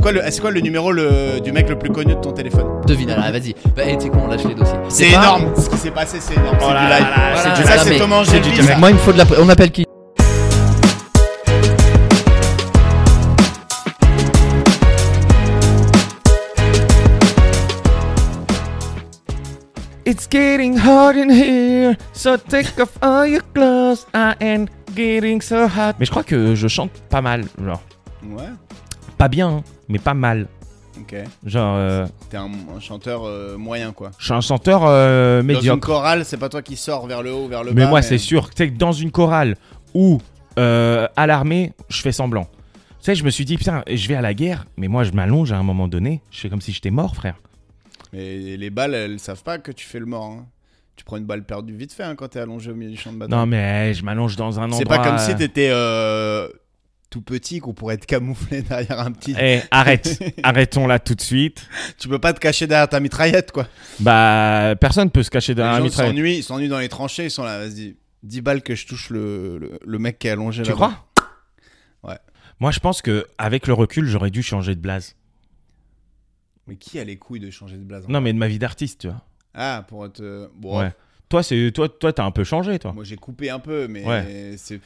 quoi, le, c'est quoi le numéro le- du mec le plus connu de ton téléphone Devine, alors, vas-y. Bah, eh, t'es con, on lâche les dossiers. C'est pas- énorme Ce qui s'est passé, c'est énorme. Oh c'est du live. Voilà, c'est voilà, ça, c'est mais- Thomas c'est du Angelil, direct. ça. Moi, il me faut de la. On appelle qui It's getting hot in here, so take off all your clothes. I am getting so hot. Mais je crois que je chante pas mal, genre Ouais, pas bien, hein, mais pas mal. ok. Genre, euh, T'es un, un chanteur euh, moyen, quoi. je suis un chanteur euh, Dans une médiocre. chorale, c'est pas toi qui sors vers le haut, vers le bas. Mais moi, c'est sûr, tu sais, que dans une chorale ou euh, à l'armée, je fais semblant. Tu sais, je me suis dit, putain, je vais à la guerre, mais moi, je m'allonge à un moment donné. Je fais comme si j'étais mort, frère. Mais les balles, elles savent pas que tu fais le mort. hein. Tu prends une balle perdue vite fait hein, quand t'es allongé au milieu du champ de bataille. Non, mais euh, je m'allonge dans un endroit. c'est pas comme si euh, t'étais euh, tout petit qu'on pourrait te camoufler derrière un petit. Eh, arrête, arrêtons là tout de suite. Tu peux pas te cacher derrière ta mitraillette, quoi. Bah, personne peut se cacher derrière un les gens mitraille. s'ennuient, ils s'ennuient dans les tranchées, ils sont là, vas-y. 10 balles que je touche le, le, le mec qui est allongé là. Tu crois Ouais. Moi, je pense que avec le recul, j'aurais dû changer de blase. Mais qui a les couilles de changer de blason Non, mais de ma vie d'artiste, tu vois. Ah, pour être. euh, Bon, Ouais. Toi, c'est toi, toi, t'as un peu changé, toi. Moi j'ai coupé un peu, mais Ouais. c'est.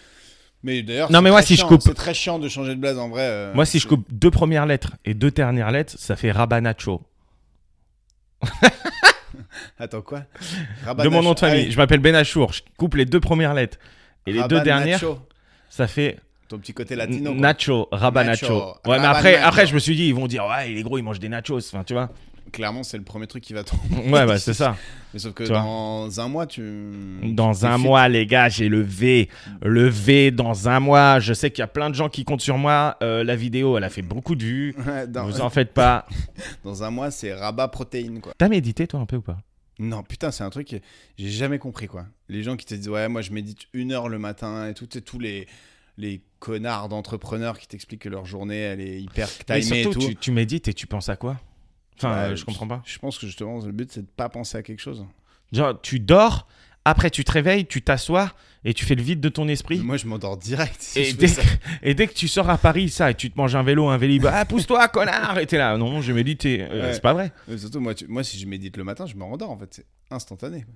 Mais d'ailleurs, Non, c'est mais moi, très si je chiant, coupe- C'est très chiant de changer de blase en vrai. euh, Moi, si je c'est- coupe deux premières lettres et deux dernières lettres, ça fait Rabanacho. Attends, quoi de mon nom Rabanacho- de famille. Ah oui, Je m'appelle Benachour. Je coupe les deux premières lettres et les deux Rabanacho. dernières, ça fait Ton petit côté n- latino. quoi. Nacho, Rabanacho. Nacho, Ouais, mais après, Rabanacho. après, je me suis dit, ils vont dire, ouais, il est gros, il mange des nachos. Enfin, tu vois. Clairement, c'est le premier truc qui va tomber. Ouais, bah, c'est ça. Mais sauf que Tu vois. dans un mois, tu. tu Dans te un fit- mois, les gars, j'ai le V. Le V dans un mois. Je sais qu'il y a plein de gens qui comptent sur moi. Euh, la vidéo, elle a fait beaucoup de vues. Ouais, dans, Vous en faites pas. dans un mois, c'est rabat protéine, quoi. T'as médité, toi, un peu ou pas Non, putain, c'est un truc que j'ai jamais compris, quoi. Les gens qui te disent, ouais, moi je médite une heure le matin et tout, et tous les, les connards d'entrepreneurs qui t'expliquent que leur journée, elle est hyper Mais timée et tout. Bah, surtout, tu, tu médites et tu penses à quoi Enfin, Ouais, euh, je comprends pas. Je pense que justement, le but, c'est de pas penser à quelque chose. Genre, tu dors, après tu te réveilles, tu t'assois et tu fais le vide de ton Mais esprit. Moi, je m'endors direct. si Et je dès, fais que, ça. et dès que tu sors à Paris, ça, et tu te manges un vélo, un vélib, ah, pousse-toi, connard Et t'es là, non, j'ai médité. Euh, Ouais. C'est pas vrai. Mais surtout, moi, tu- moi, si je médite le matin, je me rendors, en fait. C'est instantané. quoi.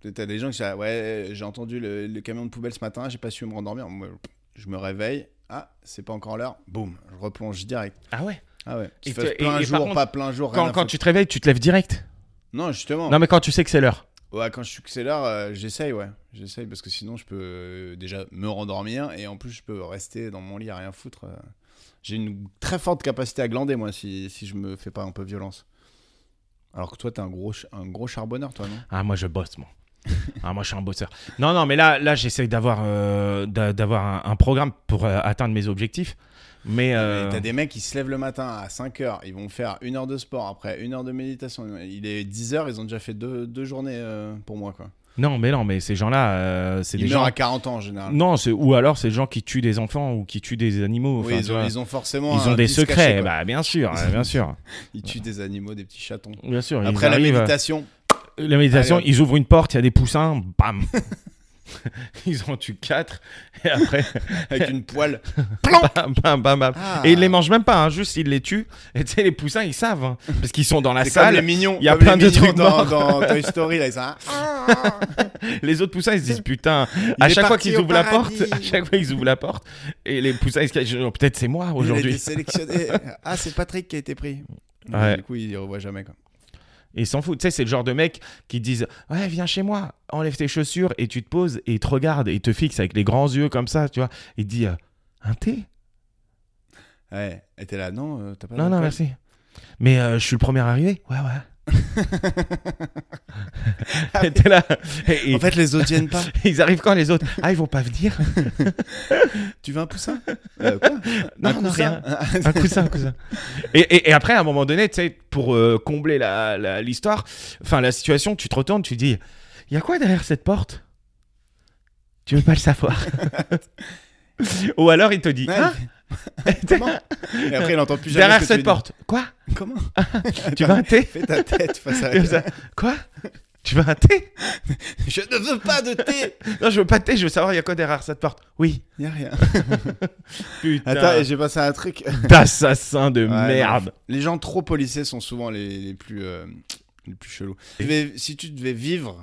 T'as- T'as des gens qui disent, ah, ouais, j'ai entendu le, le camion de poubelle ce matin, j'ai pas su me rendormir. Moi, je me réveille. Ah, c'est pas encore l'heure. Boum, je replonge direct. Ah ouais Ah ouais. Tu Et fasses te- et- plein et par jour, contre, pas plein jour. rien Quand, à quand foutre. tu te réveilles, tu te lèves direct. Non, justement. Non, mais quand tu sais que c'est l'heure. Ouais, quand je suis que c'est l'heure, euh, j'essaye, ouais. J'essaye parce que sinon, je peux euh, déjà me rendormir et en plus, je peux rester dans mon lit à rien foutre. euh. J'ai une très forte capacité à glander, moi, si, si je me fais pas un peu violence. Alors que toi, t'es un gros, ch- un gros charbonneur, toi, non Ah, moi, je bosse, moi. Ah, moi, je suis un bosseur. Non, non, mais là, là j'essaye d'avoir euh, d'a- d'avoir un, un programme pour euh, atteindre mes objectifs. Mais. euh, Ah, Mais T'as des mecs qui se lèvent le matin à 5h, ils vont faire une heure de sport, après une heure de méditation. Il est 10h, ils ont déjà fait deux, deux journées euh, pour moi. Quoi. Non, mais non, mais ces gens-là, euh, c'est Ils des meurent gens. à 40 ans en général. Non, c'est- ou alors c'est des gens qui tuent des enfants ou qui tuent des animaux. Oui, enfin, tu ils, ont, vois. ils ont forcément. Ils ont un des vice secrets, caché, quoi. bah bien sûr, euh, bien sûr, Ils tuent des animaux, des petits chatons. bien sûr. ils Après la arrivent, euh, méditation, ah, la méditation, Allez, hop. ils ouvrent une porte, il y a des poussins, bam. ils en tuent quatre et après, avec une poêle. bam, bam, bam, bam. Ah. euh, Et ils les mangent même pas, hein, juste ils les tuent. Et tu sais, les poussins, ils savent, hein, parce qu'ils sont dans la C'est comme salle. les mignons. il y a comme plein les de mignons trucs dans, morts. dans Toy Story. Là, ils sont là, Ah Les autres poussins, ils se disent putain. à est chaque fois parti qu'ils au ouvrent la paradis. porte, à chaque fois ils ouvrent la porte, et les poussins, ils se cachent. Genre, Peut-être c'est moi il a été aujourd'hui. sélectionné. Ah, c'est Patrick qui a été pris. Ouais. Du coup, il ne revoit jamais. Quoi. Et ils s'en foutent. Tu sais, c'est le genre de mec qui te disent Ouais, viens chez moi, enlève tes chaussures et tu te poses et il te regarde et il te fixe avec les grands yeux comme ça, tu vois. Il te dit euh, Un thé Ouais. Et t'es là, non, euh, t'as pas Non, non, d'alcool merci. Mais euh, je suis le premier arrivé Ouais, ouais. Et t'es là. Et- et- Ah, En fait, les autres viennent pas. ils arrivent quand les autres Ah, ils vont pas venir Tu veux un poussin Euh, quoi Non, Un Ah, non, coussin rien. Ah, Un coussin, un coussin. Et, et- et après, à un moment donné, tu sais, pour euh, combler la- la- l'histoire, enfin la situation, tu te retournes, tu dis Il y a quoi derrière cette porte Tu veux pas le savoir. Ou alors il te dit Ouais. Hein Comment Et après, il entend plus jamais. Derrière ce que tu Ah cette dis. porte. Quoi Comment Tu veux un thé Fais ta tête face à la Comme ça. Quoi Tu veux un thé Je ne veux pas de thé Non, je veux pas de thé, je veux savoir, il y a quoi derrière cette porte Oui. Il a rien. Putain, Attends, et j'ai passé un truc. d'assassin de Ouais, non. merde. Les gens trop policés sont souvent les, les plus, euh, les plus chelous. Tu devais- si tu devais vivre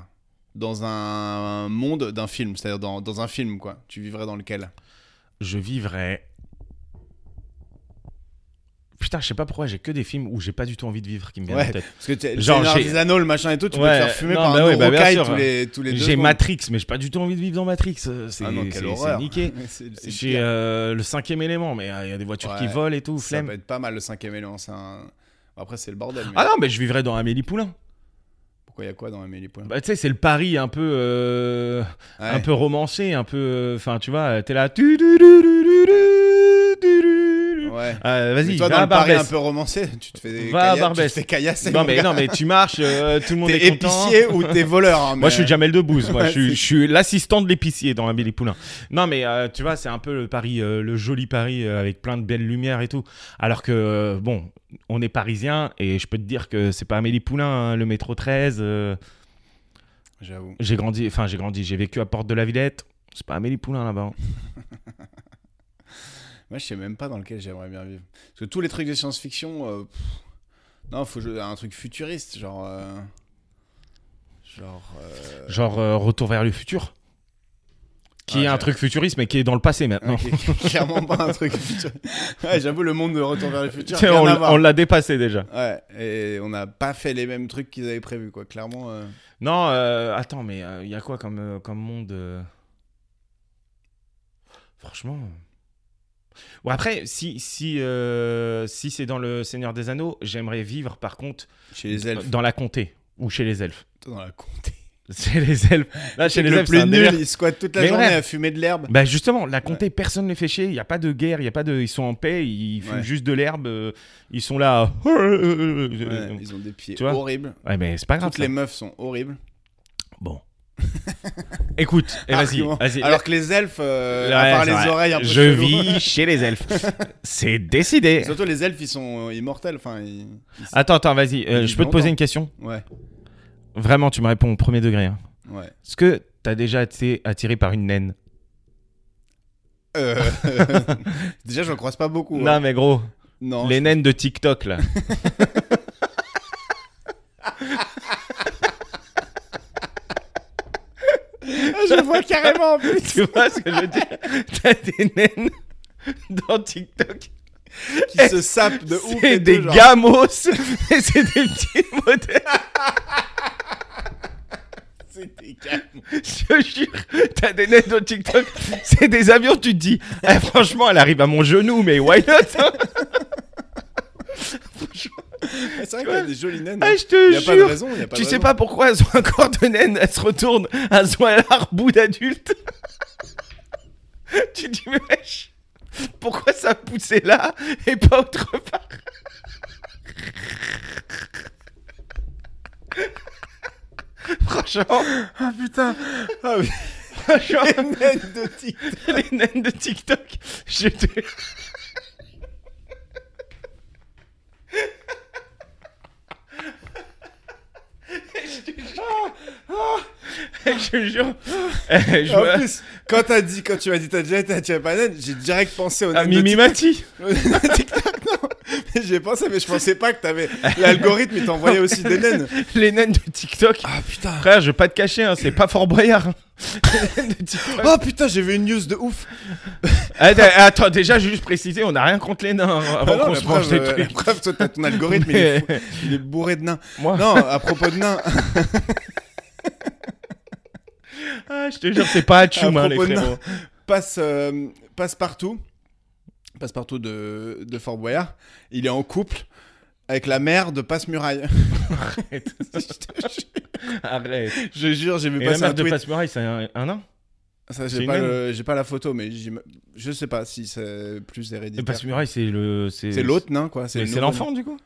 dans un monde d'un film, c'est-à-dire dans, dans un film, quoi, tu vivrais dans lequel Je vivrais. Putain, je sais pas pourquoi, j'ai que des films où j'ai pas du tout envie de vivre qui me viennent Ouais. en tête. Parce que t'es- Genre, Genre j'ai- des anneaux, le machin et tout, tu peux Ouais, te faire fumer non, par bah un oui, bah bien Hawkeye sûr. tous les, tous les deux J'ai secondes. Matrix, mais j'ai pas du tout envie de vivre dans Matrix. euh, C'est Ah non, quelle c'est- c'est horreur. niqué. C'est- c'est J'ai pire. euh, le cinquième élément, mais euh, il y a des voitures qui Ouais. volent et tout, Ça flemme. peut être pas mal le cinquième élément. c'est un- Après, c'est le bordel. mais Ah non, mais je vivrais dans Amélie Poulain. Pourquoi il y a quoi dans Amélie Poulain Bah, tu sais, c'est le pari un peu, euh, un Ouais. peu romancé, un peu. euh, Enfin, tu vois, t'es là. tu- du- du- du- du- du- du- du- du. Ouais. Euh, Mais Vas-y, toi, va dans à le Paris un Barbès. peu romancé, tu te fais, caillasse- Va à tu te Barbès. fais caillasser. Non mon mais, gars. non, mais tu marches, euh, tout le monde T'es est content. épicier ou t'es voleur. hein, Moi, mais- je suis Jamel Debbouze. Moi, je suis, C'est- je suis l'assistant de l'épicier dans Amélie Poulain. Non, mais euh, tu vois, c'est un peu le Paris, euh, le joli Paris euh, avec plein de belles lumières et tout. Alors que, euh, bon, on est parisien et je peux te dire que c'est pas Amélie Poulain, hein, le métro 13. euh, J'avoue. j'ai grandi, enfin, j'ai grandi, j'ai vécu à Porte de la Villette. C'est pas Amélie Poulain là-bas. hein. Moi, je sais même pas dans lequel j'aimerais bien vivre. Parce que tous les trucs de science-fiction, euh, pff, non, faut jouer à un truc futuriste, genre. euh, Genre. euh, Genre euh, Retour vers le futur. Qui Ah, est un j'ai- truc futuriste, mais qui est dans le passé maintenant. ouais, qui- qui est clairement pas un truc futuriste. Ouais, j'avoue, le monde de Retour vers le futur. Tiens, rien on à l- voir. on l'a dépassé déjà. Ouais, et on n'a pas fait les mêmes trucs qu'ils avaient prévus, quoi. Clairement. euh, Non, euh, attends, mais il y a quoi comme, euh, comme monde euh Franchement. euh. Bon, après, si, si, euh, si c'est dans le Seigneur des Anneaux, j'aimerais vivre par contre chez les elfes. dans la comté ou chez les elfes. Putain, Dans la comté. Chez les elfes. Là, chez les le elfes, c'est plus un nul, délire. ils squattent toute la Mais journée bref. à fumer de l'herbe. Bah justement, la comté, personne ne les fait chier. Il n'y a pas de guerre, il y a pas de, ils sont en paix, ils fument Ouais. juste de l'herbe. euh, Ils sont là. Ouais, Ouais, ils ont des pieds tu vois horribles. mais c'est pas grave. Toutes les ça. meufs sont horribles. Bon. Écoute, eh, vas-y, Argument. vas-y. Alors que les elfes, euh, Ouais, à part c'est vrai. les oreilles un peu Je chelou- vis chez les elfes. C'est décidé. Surtout les elfes, ils sont euh, immortels. Enfin, ils- ils- Attends, attends, vas-y. euh, Ils je peux te vivent poser longtemps. une question ouais, Vraiment, tu me réponds au premier degré. hein. ouais. Est-ce que t'as déjà été attiré par une naine Euh, Déjà, je croise pas beaucoup. Non, hein. mais gros, Non, les naines de TikTok, là. Ah, je le vois carrément en plus. tu vois ce que je veux dire T'as des naines dans TikTok. Qui se sapent de ouf. C'est et tout, des genre. gamos. Et c'est des petits modèles. C'est des gars. Ah, Je te jure, t'as des naines dans TikTok. C'est des avions, tu te dis. Eh, franchement, elle arrive à mon genou, mais why not hein C'est vrai qu'il y a des jolies naines. Ah, hein. je Il te y a jure. pas de raison. il y a pas tu de sais raison. pas pourquoi elles ont un corps de naine, elles se retournent, elles ont un large bout d'adulte. tu te dis, mais wesh, pourquoi ça a poussé là et pas autre part Franchement, Ah putain. Ah, oui. franchement, Les naines de tigre. les naines de TikTok, je te. Je te Ah, jure. Je te jure. Eh, je vois- En plus, quand t'as dit, quand tu m'as dit t'as déjà été attiré par les naines, j'ai direct pensé aux Ah, naines de Mimi tigre. Mati. TikTok, non. Mais J'y ai pensé, mais je pensais pas que t'avais. L'algorithme, il t'envoyait aussi des naines. Les naines de TikTok. Ah putain. Frère, je vais pas te cacher, hein, c'est pas Fort Boyard. hein. Les naines de TikTok. Oh putain, j'ai vu une news de ouf. Attends, attends, déjà, juste préciser, on a rien contre les nains hein, avant Ah non, qu'on la se mange preuve, des euh, trucs. la preuve, toi, t'as ton algorithme, il, est, fou- il est bourré de nains. Moi, Non, à propos de nains, ah, je te jure, c'est pas Hachoum, À hein, les propos de nains. frérots. passe, euh, passe partout. Passe partout de, de Fort Boyard. Il est en couple avec la mère de Passe-Muraille. Arrête. Arrête. Je jure, j'ai vu Et la passer un mère de tweet. Passe-Muraille, c'est un, un nain Ça, c'est J'ai une pas, naine. le- j'ai pas la photo, mais j'im- je sais pas si c'est plus Et héréditaire. Passe-Muraille, c'est le. C'est l'autre nain, quoi. Mais le c'est nouveau nain. l'enfant, du coup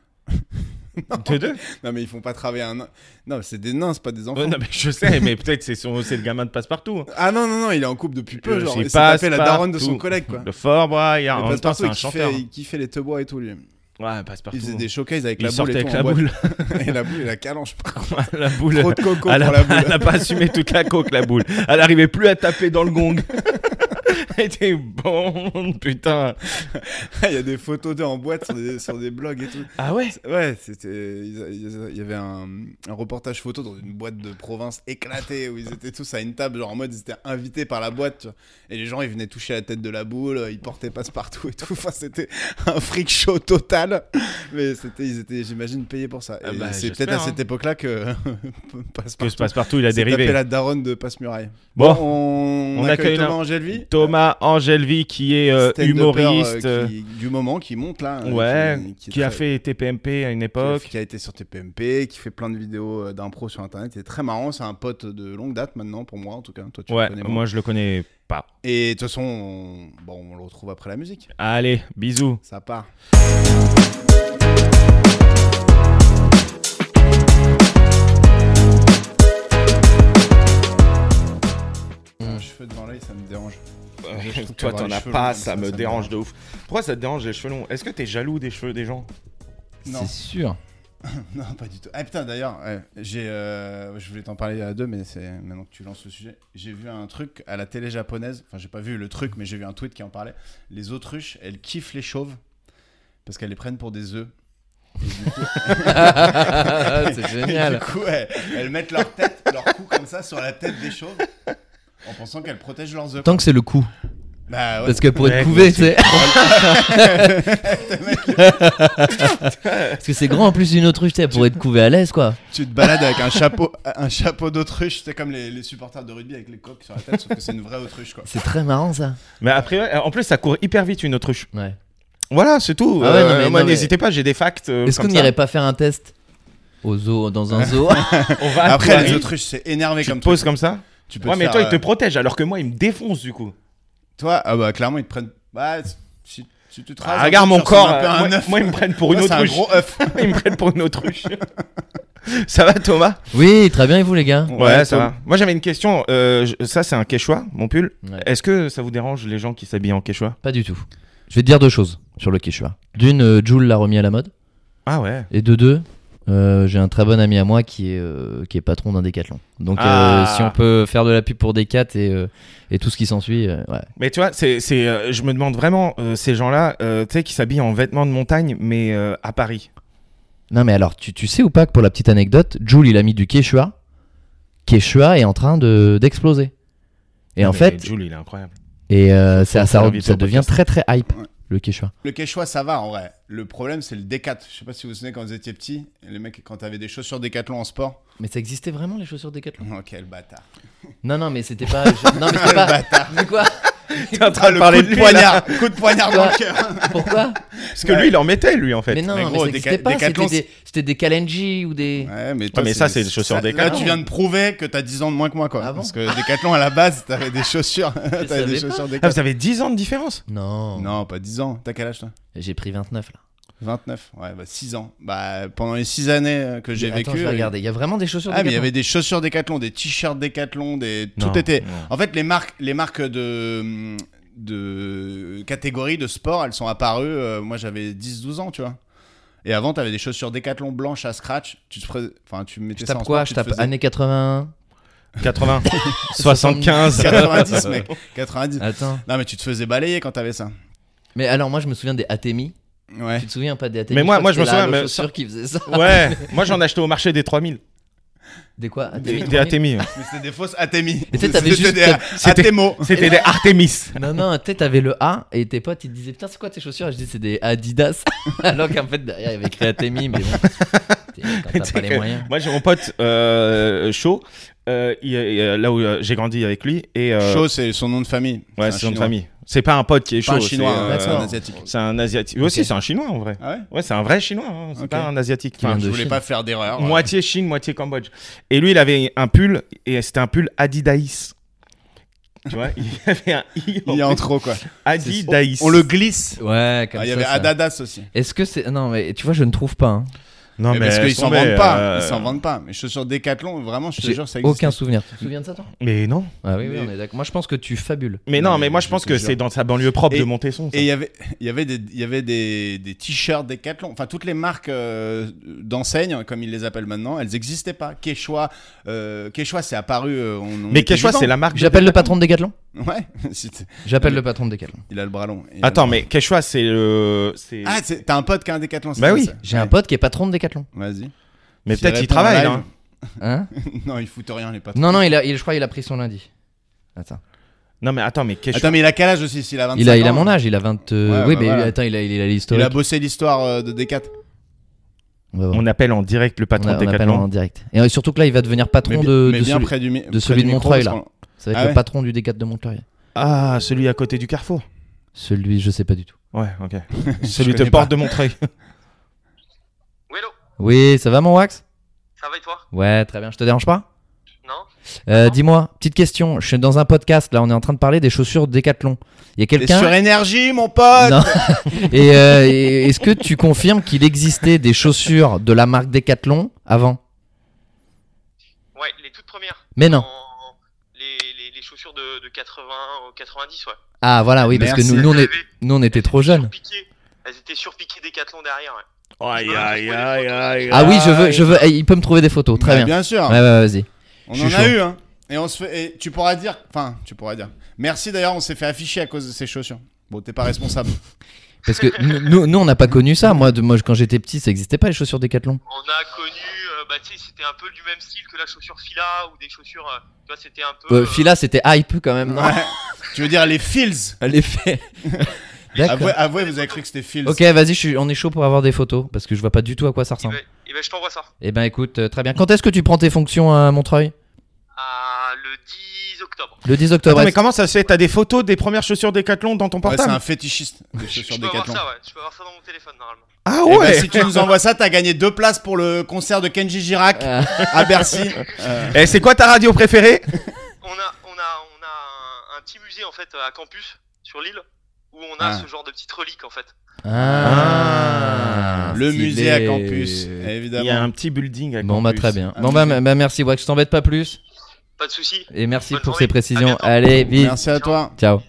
De deux Non, mais ils font pas travailler un nain. Non, mais c'est des nains, c'est pas des enfants. Ouais, Oh, Non, mais je sais, mais peut-être c'est son... c'est le gamin de Passe-Partout. hein. Ah non, non, non, il est en couple depuis peu. Euh, Genre, c'est il s'est tapé la Passepartout. daronne de son collègue, quoi. Le Fort Boyard, Mais Ah, en même temps, Passepartout, c'est il un kiffait- chanteur. hein. il kiffait les tebois et tout, lui. Ouais, passe partout. Ils faisaient des showcases avec Il la boule sortait et tout. avec en boîte. la boule. et la boule et la calanche. la boule. Trop de coco Elle pour la a, pas- boule. elle a pas assumé toute la coque, la boule. Elle arrivait plus à taper dans le gong. Elle était bonne, putain. Il y a des photos d'eux en boîte sur des, sur des blogs et tout. Ah ouais Ouais, c'était. ils- ils- Il y avait un, un reportage photo dans une boîte de province éclatée où ils étaient tous à une table, genre en mode ils étaient invités par la boîte. tu vois. Et les gens ils venaient toucher la tête de la boule, ils portaient passe-partout et tout. Enfin, c'était un freak show total. Mais c'était, ils étaient, j'imagine, payés pour ça. Ah Et bah, c'est j'espère, peut-être à hein. cette époque-là que Que passe-partout se passe partout, il a s'est tapé dérivé. la daronne de passe-muraille. Bon, on, Oh. on accueille accueille Thomas un- Angelvi. Thomas Angelvi qui est euh, stand-upper, euh, humoriste, euh, qui- du moment qui monte là euh, ouais, qui, est qui a très- fait TPMP à une qui a- époque. qui a été sur TPMP qui fait plein de vidéos euh, d'impro sur internet il est très marrant c'est un pote de longue date maintenant pour moi en tout cas toi tu le Ouais, connais moins. moi je le connais pas. et de toute façon on... bon on le retrouve après la musique Allez, bisous. ça part Un cheveu devant l'œil ça me dérange trouve Toi, qu'avoir t'en les as cheveux pas, longs, ça ça, me ça me dérange de ouf. Pourquoi ça te dérange les cheveux longs Est-ce que t'es jaloux des cheveux des gens Non. C'est sûr. Non, pas du tout. Ah putain, d'ailleurs, ouais, j'ai, euh, je voulais t'en parler à deux, mais c'est maintenant que tu lances le sujet. J'ai vu un truc à la télé japonaise. Enfin, j'ai pas vu le truc, mais j'ai vu un tweet qui en parlait. Les autruches, elles kiffent les chauves parce qu'elles les prennent pour des œufs. c'est Et génial. du coup, ouais, elles mettent leur tête, leur cou comme ça sur la tête des chauves en pensant qu'elles protègent leurs œufs. Tant que c'est le coup. Bah ouais. Parce que pour Ouais, être couvé, mais c'est. Parce que c'est grand en plus une autruche, tu sais, pour être couvé à l'aise quoi. Tu te balades avec un chapeau, un chapeau d'autruche. C'est comme les, les supporters de rugby avec les coques sur la tête, sauf que c'est une vraie autruche quoi. C'est très marrant ça. Mais après, ouais, en plus, ça court hyper vite une autruche. Ouais. Voilà, c'est tout. Ah ouais, Euh, non, mais- moi, non, mais- n'hésitez pas, j'ai des facts. euh, Est-ce qu'on comme ça. n'irait pas faire un test au zoo, dans un zoo On va à Après, Paris, les autruches, c'est énervé Tu comme te poses truc. comme ça Tu peux Ouais, te mais faire, toi, ils te euh, protègent, alors que moi, ils me défoncent du coup. Toi, ah bah clairement ils te prennent. Bah si, si tu te Ah, rases, regarde en mon fait, ça corps. ressemble un peu à euh, un moi, œuf. moi, ils me prennent pour une Ouais, c'est un autruche. gros œuf. Ils me prennent pour une autruche. Ça va, Thomas Oui, très bien, et vous les gars Ouais, ça va. Moi, j'avais une question. euh, je- ça, c'est un quechua, mon pull. Ouais. Est-ce que ça vous dérange les gens qui s'habillent en quechua Pas du tout. Je vais te dire deux choses sur le Quechua. D'une, euh, Jules l'a remis à la mode. Ah ouais. Et de deux, euh, j'ai un très bon ami à moi qui est, euh, qui est patron d'un décathlon. Donc euh, Ah. si on peut faire de la pub pour Decat et, euh, et tout ce qui s'ensuit, euh, ouais. Mais tu vois, c'est, c'est, euh, je me demande vraiment euh, ces gens-là, euh, tu sais, qui s'habillent en vêtements de montagne, mais euh, à Paris. Non mais alors, tu, tu sais ou pas que pour la petite anecdote, Jules il a mis du Quechua. Quechua est en train de d'exploser. Et Ah, en mais fait, Jules, il est incroyable. et euh, ça, ça, qu'on l'invite ça au devient très très hype, Ouais. le Quechua. Le quechua ça va en vrai. Le problème c'est le décat. Je sais pas si vous vous souvenez quand vous étiez petit, les mecs quand t'avais des chaussures décathlon en sport. Mais ça existait vraiment les chaussures décathlon Oh quel bâtard. Non, non, mais c'était pas... je- Non mais c'était Bah pas... Mais quoi T'es en train Ah, de le parler coup de, de lui, là. poignard, coup de poignard dans le cœur. Pourquoi Parce que lui, il en mettait, lui, en fait. Mais non, mais mais, gros, ça existait Déca- pas, Décathlon, c'était des, c'était des Kalenji ou des... Ouais, mais, toi, mais ça, c'est des chaussures ça- Décathlon. Là, tu viens de prouver que t'as 10 ans de moins que moi, quoi. Ah bon Parce que Décathlon, à la base, t'avais des chaussures. t'avais savais des pas. chaussures Ah, Décathlon. vous avez 10 ans de différence Non. Non, pas 10 ans. T'as quel âge, toi J'ai pris 29 là. 29. Ouais, bah 6 ans. Bah, pendant les 6 années euh, que j'ai Attends, vécu. je vais euh, regarder. Il y a vraiment des chaussures. Ah, mais il y Décathlon. avait des chaussures décathlon, des t-shirts décathlon, des... Non, tout était. non. En fait, les marques, les marques de, de catégories de sport, elles sont apparues. euh, moi, j'avais 10-12 ans, tu vois. Et avant, t'avais des chaussures décathlon blanches à scratch. Tu te ferais- Enfin, tu mettais Je ça tape en quoi sport, Je tu te tape faisais- années 80. 80, 75. 90, mec. 90. Attends. Non, mais tu te faisais balayer quand t'avais ça. Mais alors, moi, je me souviens des Atemi. Ouais. Tu te souviens pas des Atemi Mais moi- moi, je me crois que c'était souviens, la- mais- la chaussure qui faisait ça. Ouais, moi j'en achetais au marché des 3000. Des quoi Atemi, Des, des 3000? ATMI. Mais c'était des fausses Atemi. Et tu sais, t'avais C'était juste- des c'était- Atemo. C'était des Artemis. Non, non, tu sais, t'avais le A et tes potes ils te disaient Putain, c'est quoi tes chaussures Et je dis C'est des Adidas. alors qu'en fait, derrière, il y avait écrit Atemi, mais bon. T'es- Quand Tu t'as sais pas les que- moyens. Moi j'ai mon pote euh, Shaw, euh, il- il- là où euh, j'ai grandi avec lui. Et, euh, Shaw, c'est son nom de famille. ouais, un c'est son nom de Chinois. famille. C'est pas un pote qui est Pas Shaw. un chinois, c'est, euh, hein, c'est d'accord. un asiatique. c'est un asiatique. Oui, Ok. Aussi, c'est un chinois en vrai. Ah ouais Ouais, c'est un vrai chinois, hein, c'est Ok. pas un asiatique. Qui vient Enfin, de Je voulais Chine. pas faire d'erreur. voilà. Moitié Chine, moitié Cambodge. Et lui, il avait un pull, et c'était un pull Adidas. Tu vois, il avait un I en Il y a en plus. trop, euh, quoi. Adidas. On le glisse. Ouais, Ah, comme Il y ça, avait ça. Adadas aussi. Est-ce que c'est. Non, mais tu vois, je ne trouve pas. hein. Non, Mais Eh, parce qu'ils laisse s'en tomber, vendent pas. euh, Ils s'en vendent pas. Mes chaussures Decathlon, vraiment, je te J'ai jure, ça existe. aucun souvenir. Tu te souviens de ça, toi Mais non. Ah oui, oui, Mais- on est d'accord. Moi, je pense que tu fabules. Mais non, mais moi Je je pense te que jure. c'est dans sa banlieue propre Et- de Montesson. ça. Et il y avait, il y avait des, il y avait des, des t-shirts Decathlon. Enfin, toutes les marques euh, d'enseignes, comme ils les appellent maintenant, elles n'existaient pas. Quechua, euh, Quechua, c'est apparu. euh, on- on Mais était Quechua, vivants. c'est la marque. de- J'appelle le patron de Decathlon. Ouais. c'est- J'appelle Mais- le patron de Decathlon. il a le bras long. Il a Attends, le bras mais Quechua, c'est le. c'est- long. Ah, c'est- t'as un pote qui a un Decathlon. c'est Bah ça, oui, ça J'ai Ouais. un pote qui est patron de Decathlon. Vas-y. mais S'il peut-être il répond en travaille. live- hein. Hein non, il fout rien les patrons. Non, non, il a, il, je crois qu'il a pris son lundi. Attends. Non, mais attends, mais Quechua. Attends, mais il a quel âge aussi s'il a 25 Il a, il a ans mon âge, il a 20. euh, Ouais, oui, bah mais voilà. attends, il a, il a Il l'historique. a bossé l'histoire euh, de Decat. On va voir. On appelle en direct le On patron a- de on appelle en Decathlon. direct. Et euh, surtout que là, il va devenir Mais, patron bi- de, mais de bien celui- près du, mi- près celui du de micro, Montreuil, parce là. qu'on- Ça va être Ah ouais. le patron du Décathlon de Montreuil. Ah, celui à côté du carrefour. Celui, je sais pas du tout. Ouais, ok. celui de connais Porte de Montreuil. Oui, allô Oui, ça va mon Wax Ça va et toi Ouais, très bien. Je te dérange pas Non Euh, Dis-moi, petite question. Je suis dans un podcast. Là, on est en train de parler des chaussures Décathlon. Il y a T'es sur quelqu'un. énergie, mon pote Non. Et euh, et- est-ce que tu confirmes qu'il existait des chaussures de la marque Décathlon avant Ouais, les toutes premières. Mais Eh non. En- Les, les, les chaussures de, de 80 au 90, ouais. Ah voilà, oui, parce Merci. que nous, nous, on, est- Elles avaient- nous, on était elles trop jeunes. surpiquées. Elles étaient surpiquées des cathlons derrière, ouais. Aïe, aïe, aïe, aïe. Ah oui, je veux, je veux. eh, Il peut me trouver des photos. Bah, Très bien. Bien sûr. Ouais, ouais, vas-y. On Je en suis a chaud. eu, hein. Et on se fait. et tu pourras dire. Enfin, tu pourras dire. Merci d'ailleurs, on s'est fait afficher à cause de ces chaussures. Bon, t'es pas responsable. Parce que nous- nous, nous, on n'a pas connu ça. Moi, de, moi, quand j'étais petit, ça n'existait pas les chaussures Décathlon. On a connu, euh, bah tu sais, c'était un peu du même style que la chaussure Fila ou des chaussures. euh, tu vois, c'était un peu. Euh, Fila, c'était hype quand même. Non, Ouais. Ah tu veux dire les Fields l'effet. D'accord. avouez, avouez, vous avez cru que c'était Fields. Ok, vas-y, je suis- on est chaud pour avoir des photos parce que je vois pas du tout à quoi ça et ressemble. ben, eh ben, je t'envoie ça. Eh ben, écoute, euh, très bien. Quand est-ce que tu prends tes fonctions à Montreuil Ah, le 10 octobre. Le 10 octobre. Attends, mais est-ce- comment ça se fait T'as des photos des premières chaussures Decathlon dans ton Ouais, c'est portable un fétichiste des Je, je chaussures peux avoir Decathlon. ça, ouais. Je peux avoir ça dans mon téléphone normalement. Ah Eh ben, ouais si tu nous envoies ça, t'as gagné deux places pour le concert de Kenji Girac Ah. à Bercy. Euh, Eh, c'est quoi ta radio préférée On a, on a, on a un, un petit musée en fait à campus sur l'île où on a Ah. ce genre de petites reliques en fait. Ah, le stylé. musée à campus, Ah, Il y a évidemment. un petit building à Bon, bah campus. très bien. Un Bon, bah, musée. bah, merci, Wax. Je t'embête pas plus. Pas de souci. Et merci Bonne pour journée. ces À précisions. bientôt. Allez, vite. Merci à toi. Ciao.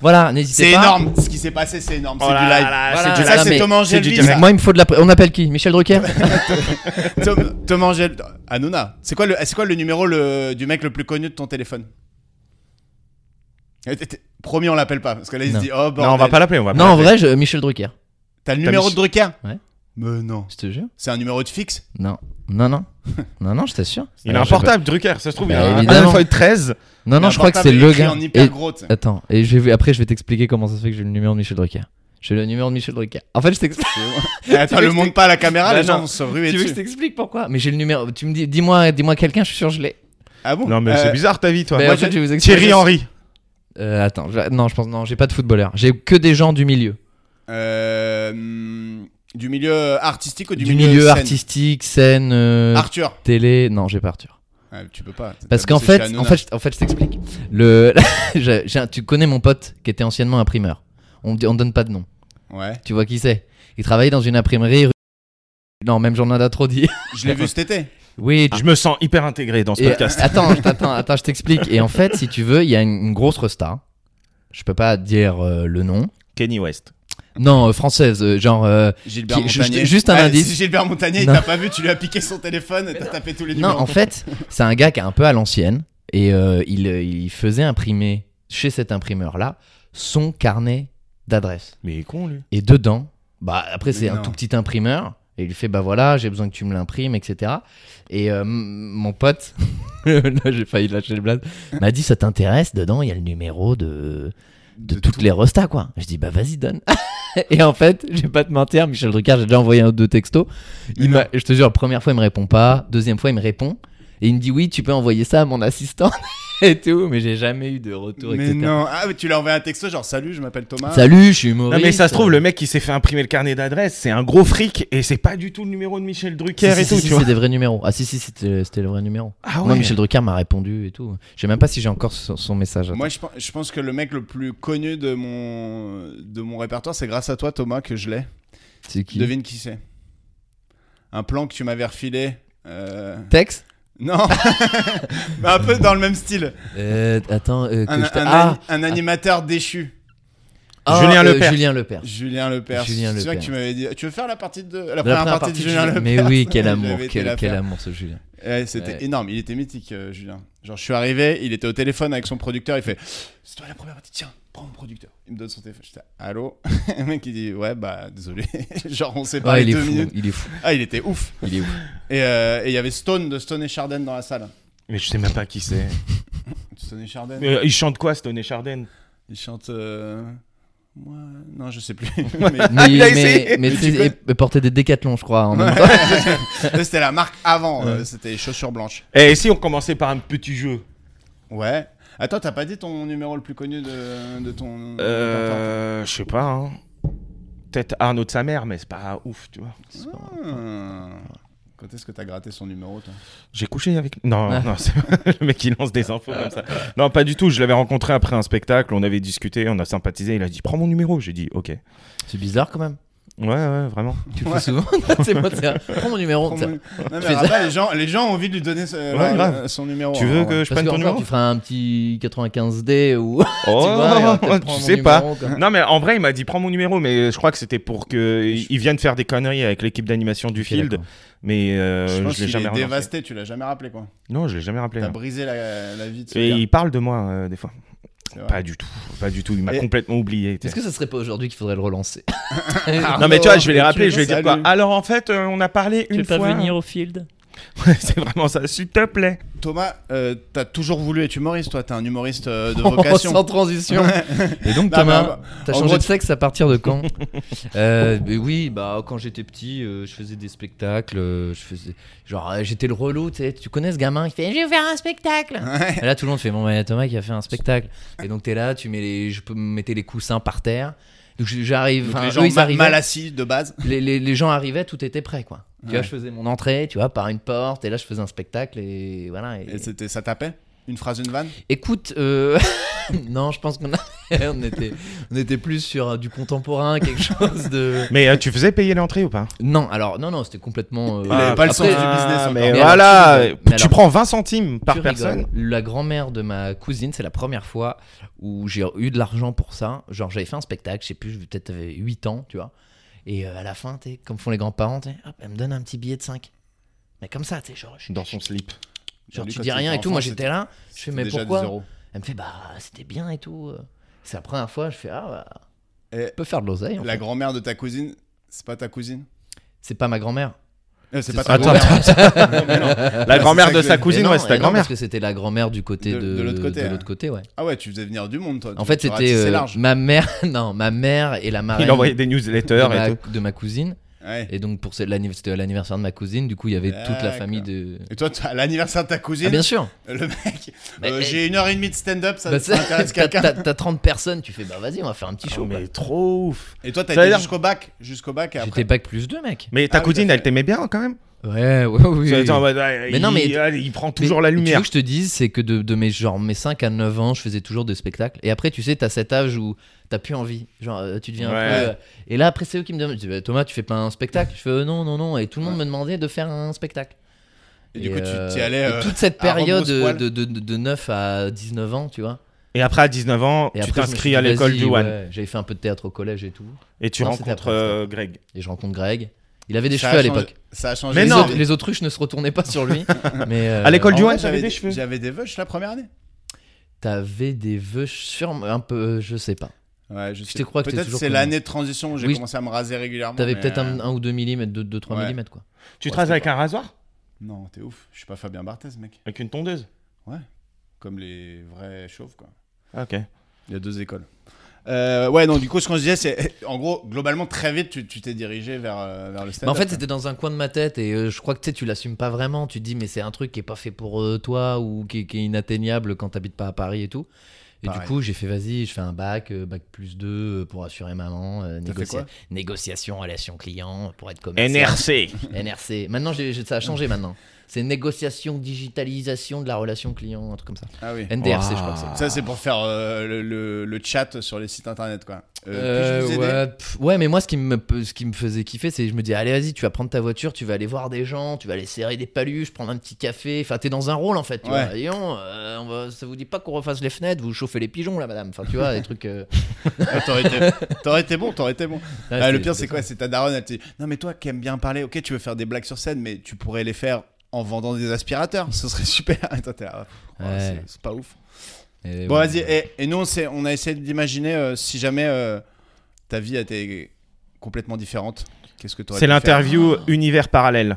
Voilà, n'hésitez pas. C'est énorme. Ce qui s'est passé, c'est énorme. Oh c'est là du là live. là, Voilà. c'est du Ça, live. c'est Thomas C'est du Angelville, direct. Moi, il me faut de la. pr- On appelle qui Michel Drucker Tom, Tom Angel, Hanouna, c'est quoi le, c'est quoi le numéro le, du mec le plus connu de ton téléphone Eh, t'es- t'es- Promis, on l'appelle pas parce que là il Non. se dit oh bordel. Non, on va pas l'appeler, on va pas Non, en l'appeler. bah. vrai, je... Michel Drucker. T'as le numéro mis- de Drucker Ouais. Mais non, Je te jure c'est un numéro de fixe. Non. Non, non. non, non, je t'assure. Il a Alors, un je sais pas. portable, Drucker, ça se trouve, il Bah, a un évidemment. iPhone 13. Non, non, Un je crois que c'est portable le écrit gars. En hyper Et- gros, tu sais. Attends, et je vais, après je vais t'expliquer comment ça se fait que j'ai le numéro de Michel Drucker. J'ai le numéro de Michel Drucker. En fait, je t'explique. Eh, Attends, Tu veux le que je montre pas à la caméra, Bah les gens non. vont se Tu ruer veux que je dessus. t'explique pourquoi Mais j'ai le numéro. Tu me dis, dis-moi, dis-moi quelqu'un. Je suis sûr que je l'ai. Ah bon Non, mais Euh, c'est bizarre ta vie, toi. Mais moi, en fait, j'ai- je vais vous expliquer. Thierry Henry. Euh, attends, je- non, je pense non, j'ai pas de footballeur. J'ai que des gens du milieu, euh, hum, du milieu artistique ou du, du, milieu scène artistique, scène, euh, Arthur, télé. Non, j'ai pas Arthur. Ah, tu peux pas. t'as Parce qu'en bossé chez fait, en Hanouna. fait, je- en fait, je t'explique. Le, j'ai- j'ai un- tu connais mon pote qui était anciennement imprimeur. On me dit- on donne pas de nom. ouais, Tu vois qui c'est Il travaillait dans une imprimerie. rue- Non, même journal d'Atrodi. je l'ai vu cet été. Oui, Je me sens hyper intégré Ah, dans ce Et, podcast. Attends, je t'attends, attends, je t'explique. Et en fait, si tu veux, il y a une, une grosse resta. Je peux pas dire euh, le nom. Kenny West. Non, euh, française, euh, genre. euh, Gilbert Qui- je- Montagnier. je- juste un Ah, indice. si Gilbert Montagnier, il Non. t'a pas vu, tu lui as piqué son téléphone, t'as tapé tous les Non, numéros. en fait, c'est un gars qui est un peu à l'ancienne et euh, il, euh, il faisait imprimer chez cet imprimeur là son carnet d'adresse. Mais il est con, lui. Et dedans, bah après Mais c'est un non. tout petit imprimeur. Et il lui fait bah voilà, j'ai besoin que tu me l'imprimes, etc. Et euh, m- mon pote, là j'ai failli lâcher le blaze, m'a dit ça t'intéresse Dedans il y a le numéro de de, toutes les restas quoi. Je dis bah vas-y donne. et en fait, je vais pas te mentir, Michel Drucker, j'ai déjà envoyé un ou deux textos. Il m'a, je te jure, première fois il me répond pas, deuxième fois il me répond et il me dit oui tu peux envoyer ça à mon assistant et tout, mais j'ai jamais eu de retour. Mais etc. non, ah, mais tu lui as envoyé un texto genre salut, je m'appelle Thomas. Salut, je suis humoriste. Non, mais ça se trouve, le mec qui s'est fait imprimer le carnet d'adresse, c'est un gros fric et c'est pas du tout le numéro de Michel Drucker Si, et si, tout, si, tu si, vois. c'est des vrais numéros. Ah si si c'était c'était le vrai numéro. Ah Moi Michel Drucker m'a répondu et tout. Je sais même pas si j'ai encore son, son message. Moi, je, pense- je pense que le mec le plus connu de mon, de mon répertoire, c'est grâce à toi, Thomas, que je l'ai. C'est qui Devine qui c'est. un plan que tu m'avais refilé. euh, Tex Non, mais un peu dans le même style. Euh, Attends, euh, que Un, je te- un Ah, ani- un animateur déchu, ah, Julien euh, Lepers. Julien Lepers. Julien Lepers. Julien C'est vrai Lepers. que tu m'avais dit. Tu veux faire la partie de la, La première partie, de Julien Lepers Mais oui, quel J'avais amour, été quel, la quel faire. amour ce Julien. Ouais, c'était Ouais. énorme, il était mythique, euh, Julien. Genre, je suis arrivé, il était au téléphone avec son producteur, il fait C'est toi la première partie, tiens, prends mon producteur. Il me donne son téléphone. J'étais Allô Le mec, il dit Ouais, bah, désolé. Genre, on s'est Ah, parlé il est deux fou, minutes. il est fou, Ah, il était ouf. il est ouf. Et euh, et il y avait Stone de Stone et Charden dans la salle. Mais je sais même pas qui c'est. Stone et Charden Euh, il chante quoi, Stone et Charden Il chante. euh, Moi. Non, je sais plus. Mais- Mais, Il mais, a essayé. mais Mais tu tu sais, et- porter des décathlons, je crois, en même temps. c'était la marque avant, euh, c'était Chaussures Blanches. Et Eh, si on commençait par un petit jeu Ouais. Attends, t'as pas dit ton numéro le plus connu de, de ton. Euh. Je sais pas, hein. Peut-être Arnaud de sa mère, mais c'est pas ouf, tu vois. Ah. Quand est-ce que t'as gratté son numéro, toi J'ai couché avec. Non, Ah. non, c'est le mec qui lance des infos comme ça. Non, pas du tout. Je l'avais rencontré après un spectacle. On avait discuté, on a sympathisé. Il a dit Prends mon numéro. J'ai dit Ok. C'est bizarre quand même. Ouais, ouais, vraiment. Tu le Ouais. fais souvent. c'est moi, tiens, prends mon numéro. Prends tiens. mon- Non, fais mais Rabat, les, gens, les gens ont envie de lui donner ce- leur- grave. son numéro. hein, tu veux alors, que ouais. je Parce prenne que ton encore, numéro tu feras un petit 95D ou. Oh, tu vois, et on va peut-être prendre tu mon sais pas. numéro, quoi. Non, mais en vrai, il m'a dit Prends mon numéro. Mais je crois que c'était pour qu'il vienne faire des conneries avec l'équipe d'animation du Ok, field. d'accord. Mais euh, Je pense je l'ai qu'il jamais est relancé. dévasté, tu l'as jamais rappelé, quoi. Non, je l'ai jamais rappelé. T'as non. brisé la, la vie de ce Et gars, il parle de moi euh, des fois. c'est vrai. Pas du tout. Pas du tout. Il m'a Et- complètement oublié. t'sais. Est-ce que ça serait pas aujourd'hui qu'il faudrait le relancer Ah, Non, mais tu vois, je vais les tu rappeler. veux Je vais pas dire quoi saluer. Alors en fait, euh, on a parlé Tu une veux pas fois. venir au field C'est vraiment ça. S'il te plaît. Thomas, euh, t'as toujours voulu être humoriste, toi. T'es un humoriste euh, de Sans vocation. transition. Et donc, Non, mais Thomas, en- t'as en changé gros, de tu- sexe à partir de quand bah, Euh, mais Oui, bah quand j'étais petit, euh, je faisais des spectacles. euh, je faisais genre euh, j'étais le relou, tu sais. Tu connais ce gamin qui fait je vais faire un spectacle. Et là, tout le monde fait bon, bah, Thomas qui a fait un spectacle. Et donc t'es là, tu mets les, je peux- mettais les coussins par terre. Donc je- j'arrive, Donc, enfin, les eux, gens ils ma- arrivaient. mal assis de base. les, les- les gens arrivaient, tout était prêt, quoi. Tu vois, Ouais. je faisais mon entrée, tu vois, par une porte, et là, je faisais un spectacle, et voilà. et- Et c'était, ça tapait Une phrase, une vanne Écoute, euh, non, je pense qu'on a... on était, on était plus sur euh, du contemporain, quelque chose de. Mais euh, tu faisais payer l'entrée ou pas Ah, Non, alors, non, non, c'était complètement. euh, Il avait pas le sens après- du business encore. Mais, Mais voilà, alors, tu rigoles. Mais tu alors- prends 20 centimes par tu rigoles. personne. La grand-mère de ma cousine, c'est la première fois où j'ai eu de l'argent pour ça. Genre, j'avais fait un spectacle, je sais plus, je peut-être j'avais 8 ans, tu vois. Et euh, à la fin, t'es, comme font les grands-parents, t'es, hop, elle me donne un petit billet de 5. Mais comme ça, tu sais, genre, je suis Dans son slip. Genre, Lui, tu quand dis il rien était et tout. enfant, Moi, c'était- j'étais là. Je fais, c'était mais déjà des pourquoi euros. Elle me fait, bah, c'était bien et tout. C'est la première fois. Je fais, ah, bah, Et on peut faire de l'oseille. en la fait. grand-mère de ta cousine, c'est pas ta cousine C'est pas ma grand-mère. Euh, C'est Eh, C'est pas ça. ta Attends, grand-mère. La c'est grand-mère ça de que sa je- Mais cousine, non, ouais, c'est mais ta non, grand-mère. Parce que c'était la grand-mère du côté De- de, de l'autre côté, de hein. l'autre côté, ouais. Ah ouais, tu faisais venir du monde, toi. En Tu- fait, tu c'était ratissais euh, large. ma mère, non, ma mère et la marraine Il envoyait des de, newsletters ma, et tout. de ma cousine. Ouais. Et donc pour ce- l'anniv- c'était l'anniversaire de ma cousine. Du coup, il y avait toute la D'accord. famille de. Et toi, t'as- à l'anniversaire de ta cousine, Ah bien sûr. le mec, Mais- euh, mais- j'ai une heure et demie de stand-up, ça Bah, c'est- ça intéresse T'as quelqu'un. t'as- t'as 30 personnes, tu fais bah vas-y, on va faire un petit show. Oh, quoi. mais trop ouf. Et toi, t'as Ça veut été dire- jusqu'au bac, jusqu'au bac et J'étais après. bac plus 2 mec. Mais ta Ah oui, cousine, t'as elle fait- t'aimait bien quand même Ouais, ouais, oui. Ça, oui. attends, bah, ouais, Mais il, non, mais- allez, il prend Mais- toujours la mais Tu veux lumière. que je te dise, c'est que de, de mes, genre, mes 5 à 9 ans, je faisais toujours des spectacles. Et après, tu sais, t'as cet âge où t'as plus envie. Genre, euh, tu deviens un Ouais. peu. euh, Et là, après, c'est eux qui me demandent je dis, Bah, Thomas, tu fais pas un spectacle Je fais euh, non, non, non. Et tout le monde me demandait de faire un spectacle. Et du coup, tu euh, t'y allais. et euh, toute cette à Rome période aux poils. de, de, de- de 9 à 19 ans, tu vois. Et après, à 19 ans, Et après, je tu me suis t'inscris dit, à l'école vas-y, du One. ouais. J'avais fait un peu de théâtre au collège et tout. Et tu Non, c'était rencontres après, euh, Greg. Et je rencontre Greg. Il avait des ça a cheveux à changé- l'époque. Ça a changé. Mais les, non. aut- les autruches ne se retournaient pas sur lui. mais euh, À l'école du En vrai, One, j'avais des cheveux. J'avais des veuches la première année. T'avais des vœux sur un peu, euh, je sais pas. Ouais, je sais. te crois que t'es Peut-être toujours c'est comme- l'année de transition où j'ai Oui. commencé à me raser régulièrement. T'avais mais, peut-être un, euh, un ou deux millimètres, deux, deux trois Ouais. millimètres quoi. Tu Ouais, traces c'était avec un rasoir Non, t'es ouf. Je suis pas Fabien Barthez, mec. Avec une tondeuse Comme les vrais chauves, quoi. Ah, Ok. Il y a deux écoles. Euh, ouais, donc du coup, ce qu'on se disait, c'est eh, en gros, globalement, très vite, tu tu t'es dirigé vers, euh, vers le Mais en stand-up. fait, quoi. c'était dans un coin de ma tête et euh, je crois que tu sais, tu l'assumes pas vraiment. Tu te dis, mais c'est un truc qui est pas fait pour euh, toi ou qui, qui est inatteignable quand t'habites pas à Paris et tout. Et du Pareil. coup, j'ai fait, vas-y, je fais un bac, euh, bac plus 2 euh, pour assurer maman, euh, T'as fait négocia- quoi négociation, relation client, pour être commercial. NRC. NRC. Maintenant, j'ai- j'ai- ça a changé maintenant. C'est négociation, digitalisation de la relation client, un truc comme ça. Ah oui. NDRC, je crois que c'est. Ça, c'est pour faire euh, le, le- le chat sur les sites internet, quoi. Euh, Euh, puis-je vous aider ouais, pff, ouais, mais moi, ce qui me, ce qui me faisait kiffer, c'est que je me disais, allez, vas-y, tu vas prendre ta voiture, tu vas aller voir des gens, tu vas aller serrer des paluches, prendre un petit café. Enfin, t'es dans un rôle, en fait. Tu Ouais. vois. Et on, euh, on va- ça vous dit pas qu'on refasse les fenêtres, vous chauffez les pigeons, là, madame. Enfin, tu vois, des trucs. euh, Ah, T'aurais été... t'aurais été bon, t'aurais été bon. là, Ah, c'était- le pire, c'est c'était quoi C'est ta daronne, elle te dit Non, mais toi qui aimes bien parler, ok, tu veux faire des blagues sur scène, mais tu pourrais les faire en vendant des aspirateurs, ce serait super. Et toi, t'es là, oh, Ouais. c'est- c'est pas ouf. ça. Et Bon, ouais. vas-y, eh. et, et nous, on, s'est- on a essayé d'imaginer euh, si jamais euh, ta vie était complètement différente. Qu'est-ce que t'aurais C'est pu faire l'interview Ah. Univers Parallèle.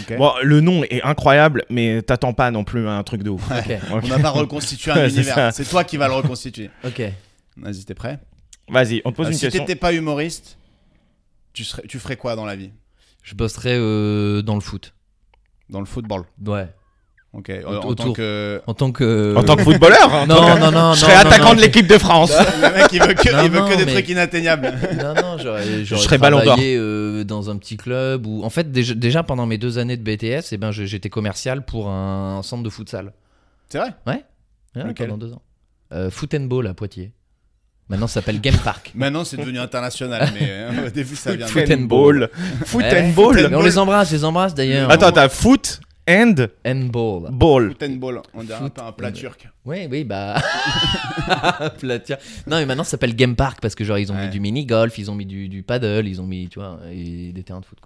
Ok. Bon, le nom est incroyable, mais t'attends pas non plus un truc de ouf. Ok, On n'a pas reconstitué un Ouais, c'est ça. univers, c'est toi qui vas le reconstituer. ok. Vas-y, t'es prêt Vas-y, on te pose Euh, une Si question. t'étais pas humoriste, tu, serais, tu ferais quoi dans la vie Je bosserai euh, dans le foot. Dans le football Ouais. Ok, en, en tant Euh, autour. que. En tant que. En tant que footballeur hein, en tant Non, que- non, non. Je non, serais non, attaquant non, de l'équipe de France. le mec, il veut que, Non, il veut non, que des mais- trucs inatteignables. Non, non, j'aurais, j'aurais serais Ballon d'Or. travaillé euh, dans un petit club. Ou... En fait, déjà, déjà, pendant mes deux années de BTS, eh ben, je- j'étais commercial pour un centre de futsal. C'est vrai Ah, Ouais, Lequel pendant deux ans. Euh, foot and Ball à Poitiers. Maintenant, ça s'appelle Game Park. Maintenant, c'est devenu international, mais euh, au début, ça vient de. Foot Foot and and ball. Eh, Foot Ouais. and Mais ball. on les embrasse, je les embrasse d'ailleurs. Attends, t'as foot and And Ball. ball. Foot and ball, on dirait un Foot peu un plat and- turc. Oui, oui, bah. Platia. Non, mais maintenant, ça s'appelle Game Park parce que, genre, ils ont Ouais. mis du mini-golf, ils ont mis du, du paddle, ils ont mis, tu vois, et des terrains de foot.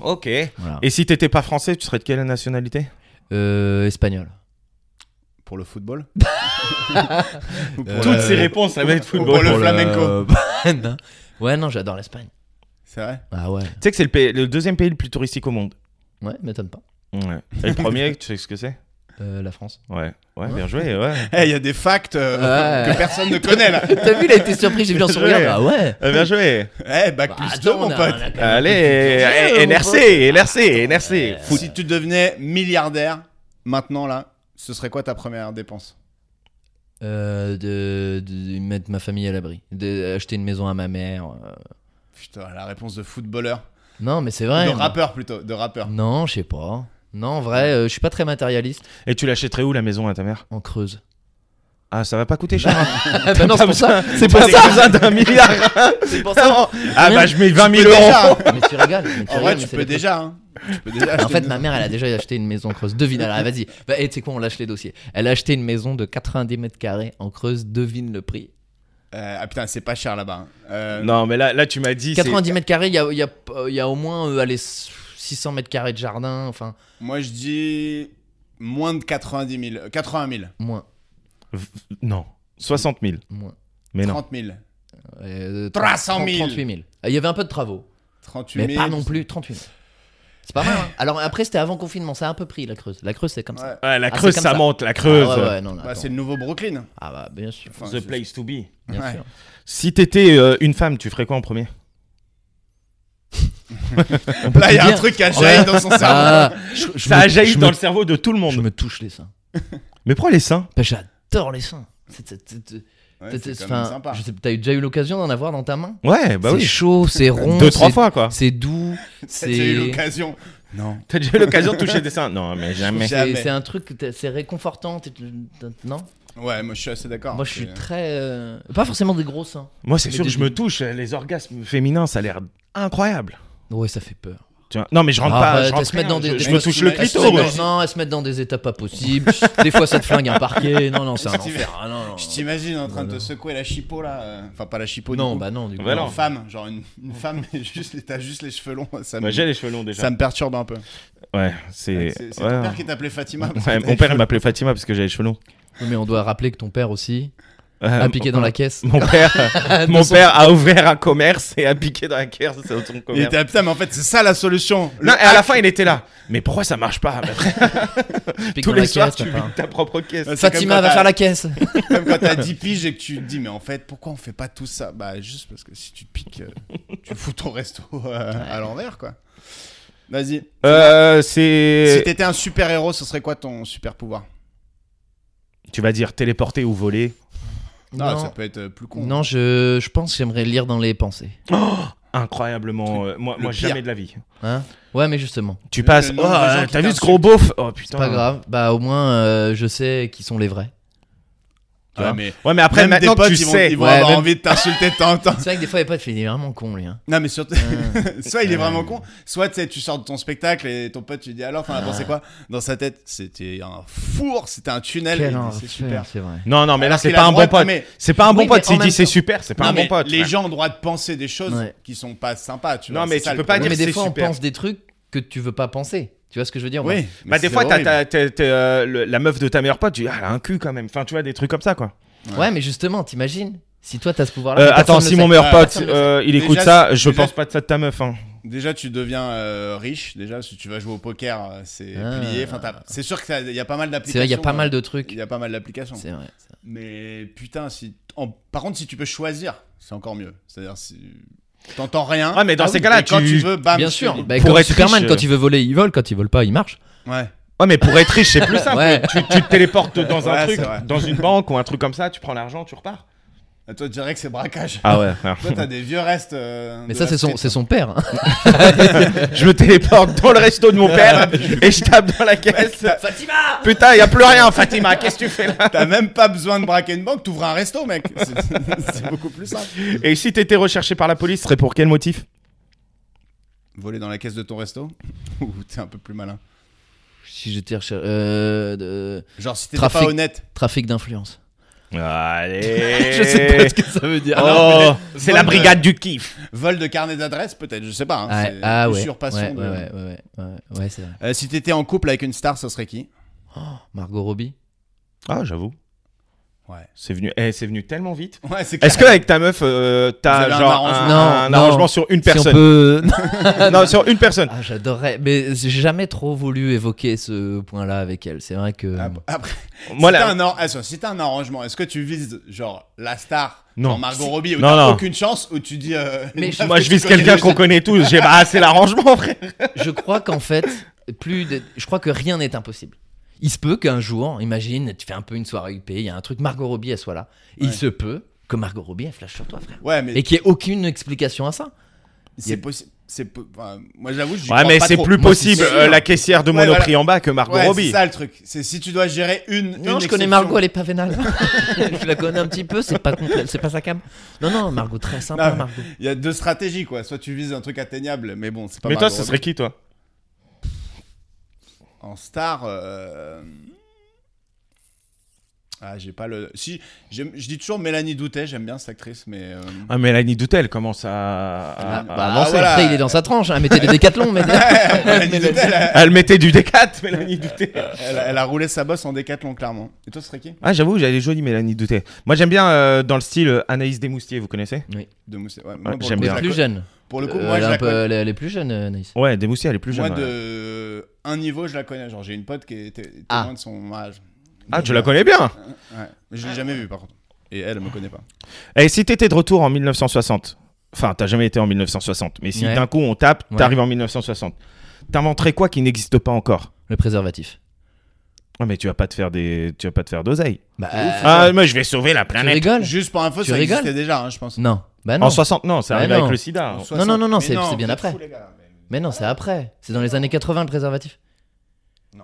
Quoi. Ok. Voilà. Et si t'étais pas français, tu serais de quelle nationalité Euh, espagnol. Pour le football Ou Euh, pour Toutes le- ces réponses, ça va être Ou pour football. le flamenco. Non. Ouais, non, j'adore l'Espagne. C'est vrai Ah ouais. Tu sais que c'est le, pays- le deuxième pays le plus touristique au monde. Ouais, m'étonne pas. Ouais. Et le premier, tu sais ce que c'est Euh, la France. Ouais. Ouais, bien joué, ouais. Eh, il y a des facts euh, Ouais. que personne ne connaît là. T'as vu, il a été surpris, j'ai vu dans son regard. Bah ouais. Euh, bien joué. Eh, bac Bah, plus attends, 2, mon on a- pote. on a quand même- Allez, petit- eh, Ouais, NRC, NRC, NRC. Ouais. Foot. Si tu devenais milliardaire, maintenant là, ce serait quoi ta première dépense Euh, de, de mettre ma famille à l'abri, d'acheter une maison à ma mère. euh. Putain, la réponse de footballeur. Non, mais c'est vrai. de moi. rappeur plutôt, de rappeur. Non, je sais pas. Non, en vrai, euh, je suis pas très matérialiste. Et tu l'achèterais où la maison à ta mère En creuse. Ah, ça va pas coûter cher. hein. Ah bah non, c'est pour ça. C'est pas ça, besoin d'un milliard. C'est pour ça. Ah bah je mets 20 Tu 000 peux euros. déjà, hein. Mais tu rigoles. mais tu En vrai, rigoles, mais tu peux c'est des trucs- déjà. hein. Tu peux déjà En acheter fait, une ma mère, elle a déjà acheté une maison en Creuse. Devine, alors, vas-y. Bah, et tu sais quoi, on lâche les dossiers. Elle a acheté une maison de 90 mètres carrés en Creuse. Devine le prix. Euh, ah putain, c'est pas cher là-bas. hein. Euh, Non mais là, là tu m'as dit. c'est- 90 mètres carrés, il y a, il y a- euh, il y a au moins euh, allez, 600 mètres carrés de jardin, enfin, Moi, je dis moins de 90 000. euh, 80 000. moins. Non. 60 000. moins. Mais non. 30 000. Euh, 300 000. 38 000. Ah, Il y avait un peu de travaux, 38 mais 000. pas non plus 38 000. C'est pas mal. hein. Alors après, c'était avant confinement, ça a un peu pris la Creuse. La Creuse, c'est comme ça. Ouais. Ouais, la Ah, Creuse, c'est comme ça ça. monte, la Creuse. Ah, ouais, ouais, non, non, Bah, attends. c'est le nouveau Brooklyn. Ah bah, bien sûr. Enfin, The c'est- place to be. Bien Ouais. sûr. Si t'étais euh, une femme, tu ferais quoi en premier On peut Là, il y a tout un dire. truc qui a jailli Ouais. dans son cerveau. Ah, je, je Ça me- a jailli je dans me- le cerveau de tout le Je monde. me touche les seins. Mais pourquoi les seins Bah, J'adore les seins. C'est- c'est- c'est- c'est- Ouais, c'est quand enfin, même sympa. je sais- T'as eu déjà eu l'occasion d'en avoir dans ta main Ouais, bah C'est oui. chaud, c'est rond. Deux, trois c'est- fois quoi. C'est doux. T'as déjà eu C'est. l'occasion. Non. T'as déjà eu l'occasion de toucher des seins Non, mais jamais. J'ai- C'est Jamais. c'est un truc, que t'as- c'est réconfortant. t'es- t'es- Non Ouais, moi, je suis assez d'accord. Moi, je suis C'est- très. euh, Pas forcément des gros seins. Moi, c'est Mais sûr que des- je me touche. hein, Les orgasmes féminins, ça a l'air incroyable. Ouais, ça fait peur. Tu vois. Non, mais je rentre Ah, bah, pas. ouais, je rentre elles se mettent rien, dans des- je- des- je me touche le elles se clito. mettent moi. dans- non, elles se mettent dans des états pas possibles. des fois, ça te flingue un parquet. Non, non, c'est un Je t'imagine- enfer. Ah, non, non. Je t'imagine en train de Non, te non. secouer la chipot là. euh, Enfin, pas la chipot du Non, coup. bah non, du coup. Bah Une non. femme, genre une, une femme, mais juste, t'as juste les cheveux longs. Ça me, Bah, J'ai les cheveux longs déjà. ça me perturbe un peu. Ouais, c'est. C'est c'est ouais. ton père qui t'appelait Fatima. parce que Ouais, t'as mon les père, il cheveux- m'appelait Fatima parce que j'avais les cheveux longs. Oui, Mais on doit rappeler que ton père aussi Euh, a Ah, piqué dans la caisse. Ah, Mon père, De mon son- père a ouvert un commerce et a piqué dans la caisse de son Il commerce. était ah, putain, mais en fait, c'est ça la solution. Le Non, et à la fin, il était là. Mais pourquoi ça marche pas Bah, après, tu piques Tous dans la les soirs, caisse, tu papa. piques ta propre caisse. Ouais, c'est Fatima comme quand va t'as- faire la caisse. Comme quand t'as 10 piges et que tu te dis, mais en fait, pourquoi on fait pas tout ça Bah, juste parce que si tu te piques, euh, tu fous ton resto euh, à l'envers, quoi. Vas-y. Euh, Si c'est. t'étais un super héros, ce serait quoi ton super pouvoir Tu vas dire téléporter ou voler. Non, Non, ça peut être euh, plus con. non, je, je pense que j'aimerais lire dans les pensées. incroyablement. euh, moi, le moi pire. jamais de la vie. Hein ouais, mais justement, Tu Le passes. nombre Oh, de gens euh, qui t'as vu t'insultent. ce gros beauf Oh c'est putain. pas grave. Bah, au moins, euh, je sais qui sont les vrais. Tu vois. mais Ouais, mais après, même tes maintenant que potes, tu ils vont, sais. ils vont Ouais, avoir même- envie de t'insulter de temps en temps. C'est vrai que des fois, les potes, il est vraiment con, lui. hein. Non, mais surtout, Ah. soit il est Euh. vraiment con, soit tu sais, tu sors de ton spectacle et ton pote, tu dis alors, t'en as pensé quoi Dans sa tête, c'était un four, c'était un tunnel. Quel il dit, enfer, c'est super. c'est vrai. Non, non, mais là, Alors c'est qu'il a pas un droit bon de- pote. mais- C'est pas un Oui, bon mais pote. S'il en dit même c'est temps- super, c'est pas Non, un bon mais pote. Les ouais. gens ont le droit de penser des choses Ouais. qui sont pas sympas, tu Non, vois. mais c'est ça tu le peux pas Ouais, problème. mais dire des c'est fois, super. on pense des trucs que tu veux pas penser. Tu vois ce que je veux dire moi Oui, Bah, mais des c'est fois, t'as, horrible. t'as- t'as- t'as, euh, le- la meuf de ta meilleure pote, tu dis, ah, elle a un cul quand même. Enfin, tu vois, des trucs comme ça, quoi. Ouais, Ouais. mais justement, t'imagines Si toi, t'as ce pouvoir-là. Euh, mais personne attends, le si mon sait. meilleur Ouais, pote, personne le sait. euh, il Déjà, écoute ça, si- je déjà- pense pas de ça de ta meuf. hein. Déjà, tu deviens euh, riche. Déjà, si tu vas jouer au poker, euh, c'est Ah. plié. Enfin, t'as- c'est sûr qu'il y a pas mal C'est d'applications. euh, vrai, il y a pas mal de Il trucs. y a pas mal d'applications. C'est vrai. c'est vrai. Mais putain, si... en- par contre, si tu peux choisir, c'est encore mieux. C'est-à-dire, si... t'entends rien. Ouais, mais dans Ah ces oui, cas-là, et quand tu- tu... veux, bam. Bien tu sûr. dis- Bah, Pour comme être Superman, riche, quand euh, il veut voler, il vole. Quand il veut pas, il marche. Ouais. Ouais, mais pour être riche, c'est plus simple. Ouais. Tu, tu te téléportes dans un Ouais, truc, c'est vrai. dans une banque ou un truc comme ça, tu prends l'argent, tu repars. Ah, Toi, tu dirais que c'est braquage. Ah ouais. Toi, t'as des vieux restes. euh, Mais de ça, la c'est son, street. c'est son père. hein. je me téléporte dans le resto de mon père et je tape dans la caisse. Fatima Putain, y a plus rien, Fatima. Qu'est-ce que tu fais là T'as même pas besoin de braquer une banque, t'ouvres un resto, mec. C'est c'est beaucoup plus simple. Et si t'étais recherché par la police, ce serait pour quel motif Voler dans la caisse de ton resto Ouh, t'es un peu plus malin. Si j'étais recherché. Euh, de- Genre, si t'es Trafic. pas honnête. Trafic d'influence. Allez. Je sais pas ce que ça veut dire. Oh, c'est la Bonne- euh, brigade du kiff. Vol de carnet d'adresse, peut-être, je sais pas. hein, Ah, c'est ah une ouais. surpassion ouais, de- ouais, ouais, ouais, ouais, ouais, c'est vrai. Euh, si t'étais en couple avec une star, ça serait qui Margot Robbie. Ah, j'avoue. Ouais. C'est venu, eh, c'est venu tellement vite. Ouais, c'est Est-ce que avec ta meuf, euh, Vous t'as avez un genre un, arrangement Non, un non. arrangement sur une Si on personne peut- Non, sur une personne. Ah, j'adorerais, mais j'ai jamais trop voulu évoquer ce point-là avec elle. C'est vrai Ah que. Ap- Après, Moi, si la- t'as un, or- attends, si t'as un arrangement, est-ce que tu vises genre la star, Non. genre Margot Robbie, où Non, t'as non. aucune chance, ou tu dis. euh, Mais une je- meuf moi, que je tu vise connais quelqu'un déjà. qu'on connaît tous. J'ai bah, c'est l'arrangement, frère. Je crois qu'en fait, plus de- je crois que rien n'est impossible. Il se peut qu'un jour, imagine, tu fais un peu une soirée UP, il y a un truc, Margot Robbie, elle soit là. Et Il Ouais. se peut que Margot Robbie, elle flash sur toi, frère. Ouais, mais Et qu'il n'y ait aucune explication à ça. c'est possible. c'est po- enfin, moi, j'avoue, je. Ouais, mais c'est plus Moi, possible c'est sûr. euh, la caissière de Ouais, Monoprix en bas que Margot Margot Robbie. Robbie. C'est ça le truc. C'est si tu dois gérer une. Non, une je connais exception. Margot, elle est pas vénale. je la connais un petit peu, c'est pas, complet- c'est pas sa cam. Non, non, Margot, très sympa, Non, mais- Margot. Il y a deux stratégies, quoi. Soit tu vises un truc atteignable, mais bon, c'est pas Mais toi, Margot ce Robbie. serait qui, toi En star. euh, Ah, j'ai pas le. Si, j'aime- je dis toujours Mélanie Doutet, j'aime bien cette actrice, mais. euh, Ah, Mélanie Doutel commence à. Ah, à- bah, à- avancez, voilà. après, il est dans sa tranche. hein. Mettez des décathlons, mais. Ah, Mélanie Doutet, elle a- Elle mettait du D4, Mélanie Doutet. Elle, elle a roulé sa bosse en décathlon, clairement. Et toi, ce serait qui Ah, j'avoue, j'avais jolie Mélanie Doutet. Moi, j'aime bien euh, dans le style euh, Anaïs Desmoustiers, vous connaissez De Mousset. Ouais, moi, Ouais, pour le j'aime coup, Les je bien. la plus co- jeunes. Pour le coup, Euh, moi, elle je est un la peu- connais. elle est- elle est plus jeune, euh, Nice. Ouais, Desmoustiers, elle est plus Moi, jeune. hein. ouais. de un niveau, je la connais. Genre, j'ai une pote qui était était Ah. loin de son âge. Ah, tu la connais bien Ouais. Mais Je l'ai jamais vue, par contre. Et elle, elle me connaît pas. Et Eh, si t'étais de retour en 1960, enfin, t'as jamais été en 1960, mais si Ouais. d'un coup on tape, Ouais. t'arrives en 1960, t'inventerais quoi qui n'existe pas encore Le préservatif. Ouais, mais tu vas pas te faire des, tu vas pas te faire d'oseille. Bah, Ah, moi, je vais sauver la tu planète. rigoles Juste pour info, Tu ça rigoles existait déjà, hein, je pense. Non. Bah non. En 60, non, ça Ouais, arrive non. avec le En sida. non, 60. non, non, Mais c'est- c'est bien vous êtes après. fous, les gars. Mais non, c'est après. C'est dans les années 80 le préservatif.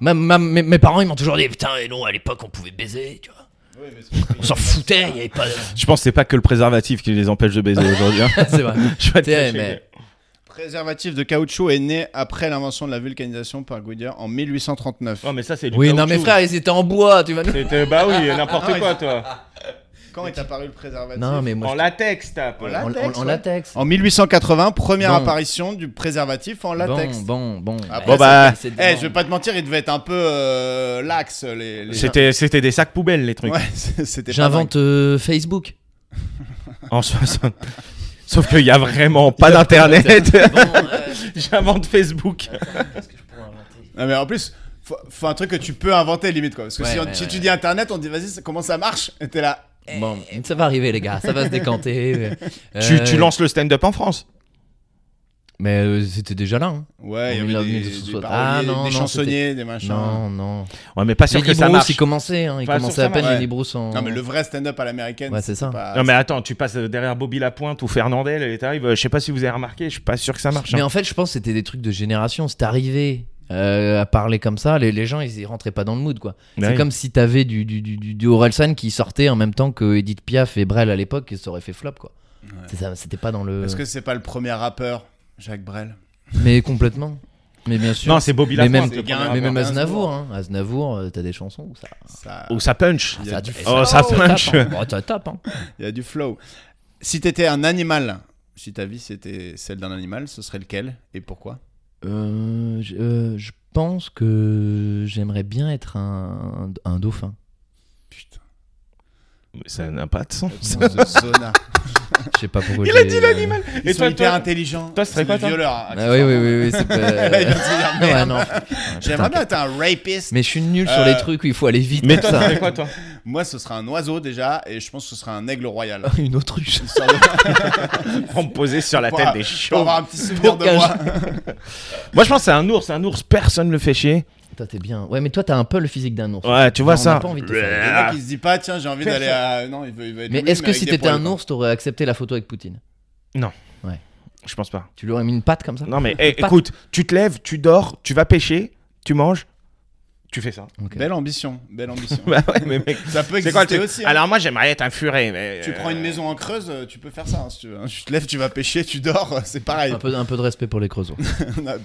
Ma- ma- mes, mes parents ils m'ont toujours dit putain et non à l'époque on pouvait baiser tu vois Ouais, mais c'est- on s'en foutait il y avait pas Je pense que c'est pas que le préservatif qui les empêche de baiser aujourd'hui. hein. c'est vrai Je vais te T'es- cacher. mais Préservatif de caoutchouc est né après l'invention de la vulcanisation par Goodyear en 1839. Oh, mais ça, c'est du oui non mais caoutchouc. frère ils étaient en bois tu vas nous C'était- Bah oui, n'importe Ah, quoi, toi. Quand est apparu le préservatif non mais moi En je- latex, tape. En en, latex, en- en ouais. latex En 1880, première Bon. apparition du préservatif en latex. bon bon bon Ah, bon, bah, c'est- c'est- Eh, je vais pas te mentir, il devait être un peu euh, lax les. les- C'était, c'était des sacs poubelles, les trucs. Ouais, c'était. pas dingue. j'invente euh, Facebook En 60. Sauf qu'il y a vraiment pas d'internet. euh, J'invente Facebook. qu'est-ce que je pourrais inventer Non, mais en plus, faut, faut un truc que tu peux inventer limite quoi. Parce que Ouais, si, on- ouais, si ouais. tu dis internet, on dit vas-y, ça- comment ça marche Et t'es là. bon ça va arriver les gars ça va se décanter Tu, Euh, tu lances le stand-up en France. Mais euh, c'était déjà là. hein. Ouais, il y En avait des, 1960. des Ah, paroliers, non, des non, chansonniers, des machins. Non, non. Ouais, mais pas sûr que Lenny ça Bruce, marche. il commençait. hein, il Pas sûr commençait que à ça peine marche. Lenny Bruce en. Non, mais le vrai stand-up à l'américaine. Ouais, c'est ça. pas- Non mais attends, tu passes derrière Bobby Lapointe ou Fernandel et t'arrives, euh, je sais pas si vous avez remarqué, je suis pas sûr que ça marche. Mais hein. en fait, je pense que c'était des trucs de génération. C'est arrivé euh, à parler comme ça. Les, les gens, ils, ils rentraient pas dans le mood, quoi. Ouais. C'est comme si t'avais du, du, du, du- du Orelsan qui sortait en même temps que Edith Piaf et Brel à l'époque, et ça aurait fait flop, quoi. C'est ça, C'était pas dans euh, le. Est-ce que c'est pas le premier rappeur, Jacques Brel Mais complètement. Mais bien sûr. Non, c'est Bobby Mais Lapointe. même- le c'est premier Guin- mais rappeur. même Aznavour. Aznavour, hein. Aznavour, euh, t'as des chansons où ça. Ça- Ou ça punch. Il y a du- Oh, ça punch. tape, hein. Oh, ça tape, hein. Il y a du flow. Si t'étais un animal, si ta vie c'était celle d'un animal, ce serait lequel et pourquoi Euh, je- euh, je pense que j'aimerais bien être un, un dauphin. Putain. Mais Ça n'a pas de sens. Zona. Je sais pas pourquoi. Il a j'ai- dit l'animal. Ils Et sont toi, hyper toi, intelligents. toi, ce serait C'est quoi, des toi violeurs, Ah oui, oui, accessoirement. oui, oui, c'est pas. Il vient de se dire, Ouais, merde. non. J'aimerais bien être un rapiste. Mais je suis nul sur Euh, les trucs où il faut aller vite. mais comme toi, ça. c'est quoi toi Moi, ce serait un oiseau déjà, et je pense que ce serait un aigle royal. Une autruche. Histoire de- Pour me poser sur la Pour tête avoir- des pour chauves. avoir un petit souvenir Pour de qu'un moi. Moi, je pense que c'est un ours. Un ours, personne le fait chier. Toi, t'es bien. Ouais, mais toi, t'as un peu le physique d'un ours. Ouais, tu vois On ça. a pas envie de te Le faire mec, il se dit pas, tiens, j'ai envie d'aller à. Non, il veut, il veut être. Mais lui, est-ce que avec si des t'étais poils, un quoi. ours, t'aurais accepté la photo avec Poutine Je pense pas. Tu lui aurais mis une patte comme ça Non, mais eh, Pas- écoute, tu te lèves, tu dors, tu vas pêcher, tu manges, tu fais ça. Ok. Belle ambition, belle ambition. Bah ouais, mais mec. ça peut C'est exister quoi le truc aussi. hein. Alors, moi, j'aimerais être un furet. Mais Tu euh, prends une maison en creuse, euh, tu peux faire ça hein, si tu veux. hein. Tu te lèves, tu vas pêcher, tu dors, c'est pareil. Un peu, un peu de respect pour les creusons.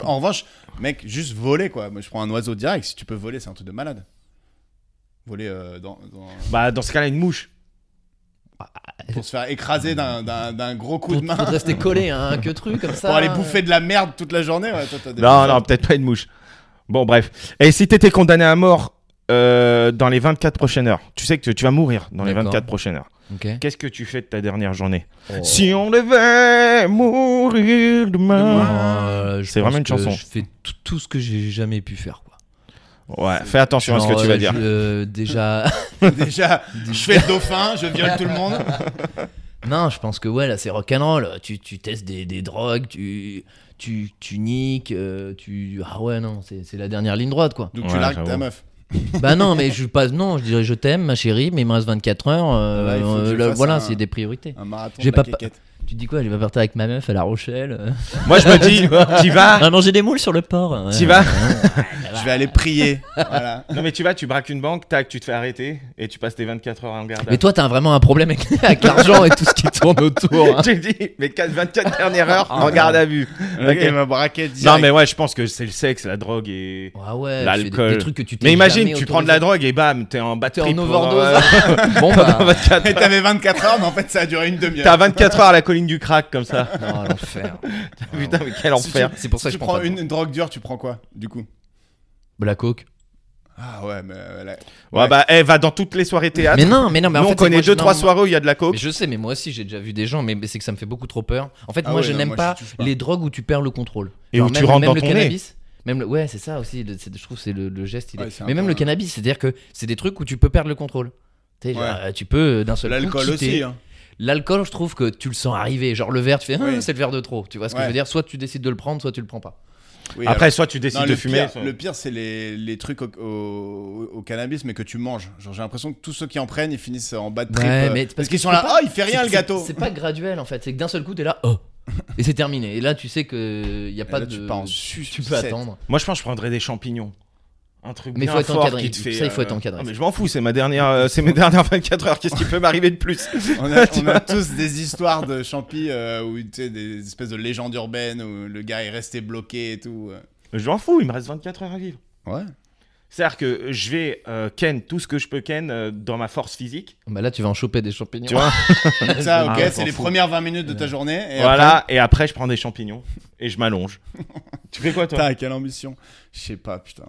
en revanche, mec, juste voler quoi. Moi, je prends un oiseau direct. Si tu peux voler, c'est un truc de malade. Voler euh, dans- dans- Bah, dans ce cas-là, une mouche. pour se faire écraser d'un- d'un d'un gros coup Faut de main. faut rester collé à un queue truc comme ça. Pour aller bouffer de la merde toute la journée. ouais, toi, t'as des- Non, non, peut-être pas une mouche. Bon, bref. Et si t'étais condamné à mort euh, dans les 24 prochaines heures, tu sais que tu vas mourir dans les D'accord. 24 prochaines heures. Ok. Qu'est-ce que tu fais de ta dernière journée Oh. Si on devait mourir demain. Euh, je C'est pense vraiment une que chanson. Je fais tout, tout ce que j'ai jamais pu faire. Quoi. Ouais, fais attention à ce que Genre, tu vas euh, dire. je- euh, déjà. Déjà, je fais le dauphin, je viole tout le monde. Non, je pense que ouais, là c'est rock'n'roll. Tu, tu testes des, des drogues, tu, tu, tu niques, euh, tu. Ah ouais, non, c'est c'est la dernière ligne droite quoi. Donc tu Ouais, largues ta j'avoue. meuf. bah non, mais je passe. Non, je dirais je t'aime, ma chérie, mais il me reste 24 heures. euh, Là, il faut que tu euh, là, fasses voilà, un- c'est des priorités. Un marathon. J'ai de la pas- quéquette. Tu dis quoi Je vais partir avec ma meuf à La Rochelle. euh. Moi, je me dis, tu vas, On va Ah, manger des moules sur le port. ouais. tu vas. Je vais aller prier. voilà. Non, mais tu vas, tu braques une banque, tac, tu te fais arrêter et tu passes tes 24 heures en garde. à Mais toi, t'as vraiment un problème avec, avec l'argent et tout ce qui tourne autour. hein. J'ai dit, mes 4 24 dernières heures en Ah. garde à vue. Le gars, il m'a braqué Non, bah, direct. mais ouais, je pense que c'est le sexe, la drogue et. Ah ouais, c'est des, L'alcool. des trucs que tu t'es Mais imagine, jamais tu prends de la autorisé. drogue et bam, t'es en bad T'es en trip pour, overdose. bon euh, pendant bah. 24 Et t'avais 24 heures, mais en fait, ça a duré une demi-heure. T'as 24 heures à la colline du crack comme ça. Non, l'enfer. Putain, mais quel enfer. C'est pour ça tu que je prends, prends pas de une, une drogue dure, tu prends quoi, du coup drogue. la coke. Ah ouais, mais euh, là- Ouais, bah, eh, va dans toutes les soirées théâtre. Mais non, mais non, mais en Nous, fait, on connaît moi, je- 2 trois non, soirées où il y a de la coke. Mais je sais, mais moi aussi j'ai déjà vu des gens, mais mais c'est que ça me fait beaucoup trop peur. En fait, Ah moi ouais, je non, n'aime moi, pas je touche pas. les drogues où tu perds le contrôle. Et Genre où tu même- rentres même dans le ton nez. cannabis. Même le- ouais, c'est ça aussi. le- c'est- je trouve que c'est le, le geste. il est- Ouais, c'est un mais même peu euh, le un- cannabis, c'est-à-dire que c'est des trucs où tu peux perdre le contrôle. Tu sais, genre, Ouais. euh, tu peux euh, d'un seul coup l'alcool quitter- aussi. hein. L'alcool, je trouve que tu le sens arriver. Genre le verre, tu fais Ah, Oui. c'est le verre de trop. Tu vois ce que Ouais. je veux dire Soit tu décides de le prendre, soit tu le prends pas. Oui, Après, alors- soit tu décides Non, de le, fumer. pire, soit- le pire, c'est les, les trucs au, au- au cannabis, mais que tu manges. Genre, j'ai l'impression que tous ceux qui en prennent, ils finissent en bas de trip. Ouais, euh, mais parce, parce qu'ils que sont tu là, peux ah, il fait rien C'est- le c'est- gâteau. C'est pas graduel en fait, c'est que d'un seul coup t'es là, oh Et c'est terminé. Et là tu sais que euh, y a Et pas là, de. tu pars en sucette. tu peux attendre. Moi, je pense que je prendrais des champignons. Un truc Mais bien faut être fort encadré. qui te fait. Ça, il faut être encadré. Ah, mais je m'en fous, c'est ma dernière, euh, c'est mes dernières 24 heures. Qu'est-ce qui peut m'arriver de plus On a, Tu on a tous des histoires de champi euh, où tu sais, des espèces de légendes urbaines où le gars est resté bloqué et tout. euh. Je m'en fous, il me reste 24 heures à vivre. Ouais. C'est-à-dire que je vais euh, ken tout ce que je peux ken euh, dans ma force physique. Bah là tu vas en choper des champignons. Tu vois Ça, ok, Ah, on c'est s'en les fout. premières 20 minutes de ta journée. Et Voilà, et après, je prends des champignons et je m'allonge. tu fais quoi, Putain, toi à quelle ambition Je sais pas, putain.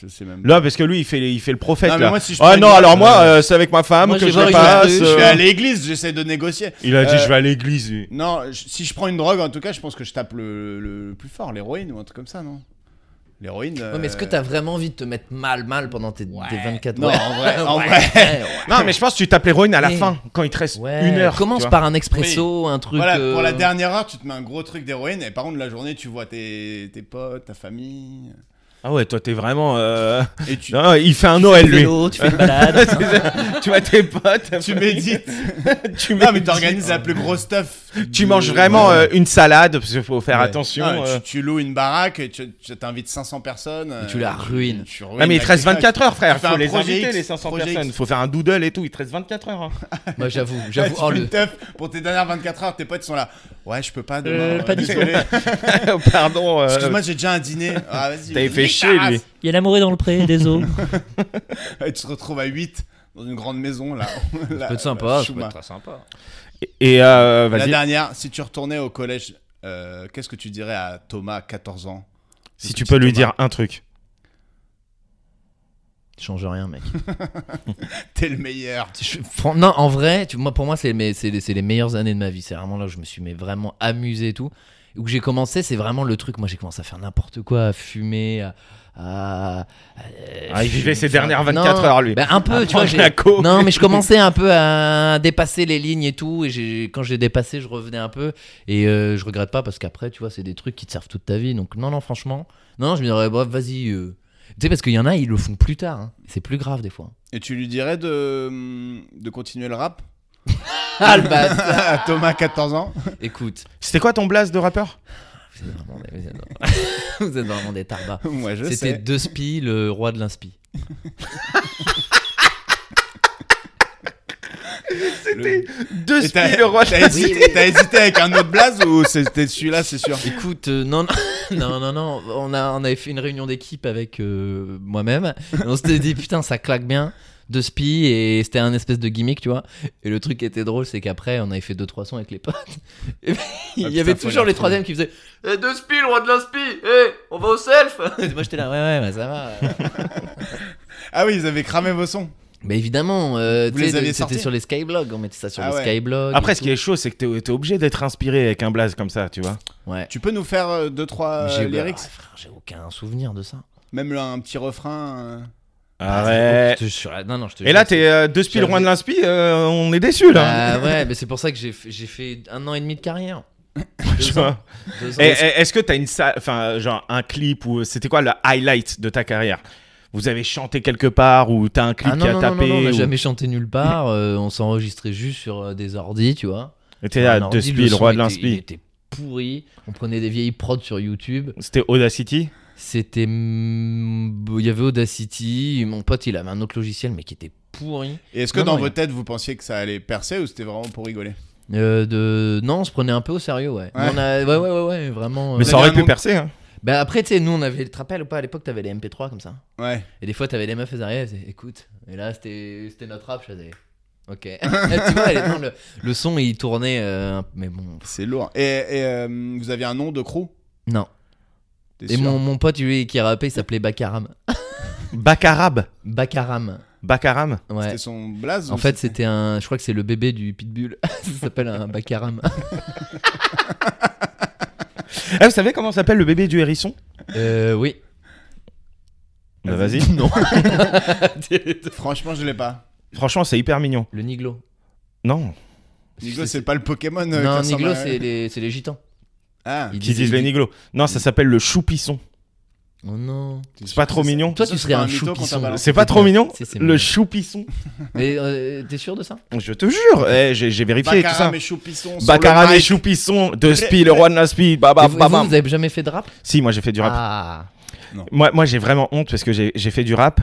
Je sais même pas. Là, parce que lui, il fait, il fait le prophète. Non, mais là. moi, si je prends ah une non, drogue, alors moi, euh, euh, c'est avec ma femme moi, que j'ai je pas le rigolé, passe. je Je euh, vais à l'église, j'essaie de négocier. Il a dit, Euh, je vais à l'église. lui. Non, je- si je prends une drogue, en tout cas, je pense que je tape le, le- le plus fort, l'héroïne ou un truc comme ça, non L'héroïne. Ouais, mais est-ce que euh, t'as vraiment envie de te mettre mal, mal pendant tes, tes 24 Non, Ouais. en vrai, en Ouais, vrai. ouais, ouais. Non, mais je pense que tu tapes l'héroïne à la Mais- fin, quand il te reste Ouais, une heure. Commence tu vois. par un expresso, un truc. Voilà, pour euh, la dernière heure, tu te mets un gros truc d'héroïne, et par contre, la journée, tu vois tes, tes potes, ta famille. Ah ouais, toi, t'es vraiment. euh, Et tu, non, il fait un tu fais Noël, du lui. vélo, Tu fais une balade. tu vois tes potes. ta tu famille. médites. tu non, mais médites. tu organises la plus grosse stuff. Tu manges vraiment Ouais. euh, une salade, parce qu'il faut faire Ouais. attention. Non, euh. tu, tu loues une baraque, et tu tu- t'invites 500 personnes. euh, tu la ruines. tu Ah, mais il te reste la- 24 heures, frère. Tu fais Faut un les projet inviter, X, les 500 projet X. personnes. Faut faire un doodle et tout. Il te reste 24 heures. hein. Moi, j'avoue, Ah, j'avoue. tu Oh, fais le. une teuf pour tes dernières 24 heures, tes potes sont là. Ouais, je peux pas demain. Euh, euh, pas dispo. désolé. Pardon. euh, Excuse-moi, j'ai déjà un dîner. Ah, vas-y. T'avais nique fait ta chier, race. lui. Il y a l'amour dans le pré, des eaux. Et tu te retrouves à 8 dans une grande maison là. Ça la, peut être la sympa, ça peut euh, Shuma. être très sympa. Et euh, La vas-y. dernière, si tu retournais au collège, euh, qu'est-ce que tu dirais à Thomas, 14 ans Si tu peux lui dire un truc. Change rien, mec. T'es le meilleur. Je- fran- non, en vrai, tu, moi, pour moi, c'est mes- c'est les, c'est les meilleures années de ma vie. C'est vraiment là où je me suis mais vraiment amusé et tout. Et Où j'ai commencé, c'est vraiment le truc. Moi, j'ai commencé à faire n'importe quoi, à fumer, à. à- à- Ah, il vivait ses enfin, dernières 24 non, heures, lui. bah, un Ah, peu, tu vois. prendre j'ai- la coke. Non, mais je commençais un peu à dépasser les lignes et tout. Et j'ai- quand j'ai dépassé, je revenais un peu. Et euh, je regrette pas parce qu'après, tu vois, c'est des trucs qui te servent toute ta vie. Donc, non, non, franchement. Non, non, je me dirais, bref, vas-y. euh. Tu sais, parce qu'il y en a, ils le font plus tard. hein. C'est plus grave, des fois. Et tu lui dirais de, mm, de continuer le rap Ah, le bâtard. à Thomas, 14 ans Écoute. C'était quoi ton blast de rappeur Vous êtes vraiment des, vous êtes vraiment- vous êtes vraiment des tarbas. Moi, je C'était sais. deux spies, le roi de l'inspi. Le- Deux Et t'as- spies, le roi. T'as hésité, t'as hésité avec un autre blaze ou c'était celui-là, c'est sûr Écoute, euh, non, non, non, non, non, on, a, on avait fait une réunion d'équipe avec euh, moi-même. Et on s'était dit, putain, ça claque bien. Deux spies et c'était un espèce de gimmick, tu vois. Et le truc qui était drôle, c'est qu'après, on avait fait deux trois sons avec les potes. Et puis, il Ah, y avait putain, faut toujours les les troisièmes qui faisaient Eh, Deux spies, le roi de l'inspi, eh, on va au self. Et moi j'étais là, ouais, ouais, bah, ça va. Ah oui, ils avaient cramé vos sons. Mais évidemment, euh, Vous tu sais, les aviez c'était sortis sur les skyblogs, on mettait ça sur Ah les ouais. skyblogs. Après, et ce qui est chaud, c'est que t'es t'es obligé d'être inspiré avec un blast comme ça, tu vois. Ouais. Tu peux nous faire euh, deux, trois euh, J'ai lyrics Ah, frère, j'ai aucun souvenir de ça. Même là, un petit refrain euh. Ah, Arrête. Je te jure, non, non, je te Et jure, là, c'est- t'es euh, deux spies, le roi de l'inspi. euh, on est déçus, là. Bah ouais, mais c'est pour ça que j'ai fait, j'ai fait un an et demi de carrière. Tu Deux vois. Eh, ans. Deux ans. Et- et- Est-ce que t'as une salle, enfin, genre un clip ou c'était quoi le highlight de ta carrière Vous avez chanté quelque part ou t'as un clip Ah non, qui a non, non, tapé non, non, on n'a ou- jamais chanté nulle part. euh, on s'enregistrait juste sur euh, des ordis, tu vois. Et T'es là, Un ordi, deux spies, le son roi de était- Il l'inspi. était pourri. On prenait des vieilles prods sur YouTube. C'était Audacity C'était. mm, Il y avait Audacity. Mon pote, il avait un autre logiciel, mais qui était pourri. Et est-ce que Non, dans non, vos il- têtes, vous pensiez que ça allait percer ou c'était vraiment pour rigoler Euh, de... Non, on se prenait un peu au sérieux, ouais. Ouais. On a... ouais, ouais, ouais, ouais, vraiment. Mais euh, Vous ça aurait avez un pu nom percer, hein. Bah après, tu sais, nous on avait, tu te rappelles ou pas, à l'époque t'avais les MP3 comme ça. Ouais. Et des fois t'avais les meufs, elles arrivaient, elles faisaient écoute. Et là c'était c'était notre rap, je faisais ok. tu vois, elle- non, le, le son il tournait, euh, mais bon. C'est lourd. Et, et, euh, vous aviez un nom de crew Non. T'es Et sûr mon, mon pote lui qui rappait, il s'appelait Bakaram. Bacarab. Bakaram, Bakaram. ouais. C'était son blaze En fait, c'était un. Je crois que c'est le bébé du Pitbull. ça s'appelle un Bakaram. Eh, vous savez comment s'appelle le bébé du hérisson euh, oui. Bah vas-y. Non. Franchement, je l'ai pas. Franchement, c'est hyper mignon. le Niglo. Non. Niglo, c'est pas le Pokémon. euh, Non, qui ressemble Niglo, à- c'est les, c'est les gitans. Ah, Ils Qui disent ils les niglos. Non, ça s'appelle le choupisson. Oh non. C'est pas trop ça. mignon. Toi, Ça, tu c'est serais pas un un mytho quand choupisson. t'as balancé. C'est pas trop mignon Si, c'est mignon. Le choupisson. Mais euh, t'es sûr de ça Je te jure. eh, J'ai j'ai vérifié tout ça. Baccarat et Choupisson. sur Baccarat le et mic. choupisson. Deux spies, le roi de l'inspi. Bah, Et bah, vous, bah, vous, bam. vous avez jamais fait de rap Si, moi j'ai fait du rap. Ah. Moi, moi j'ai vraiment honte parce que j'ai j'ai fait du rap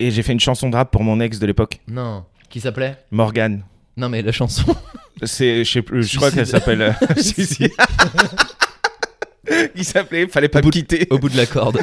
et j'ai fait une chanson de rap pour mon ex de l'époque, Non. Qui s'appelait Morgane. Non, mais la chanson. C'est, je sais plus, je crois Suicide. qu'elle s'appelle. euh, Suicide. Il s'appelait, fallait pas me quitter. Au bout de la corde.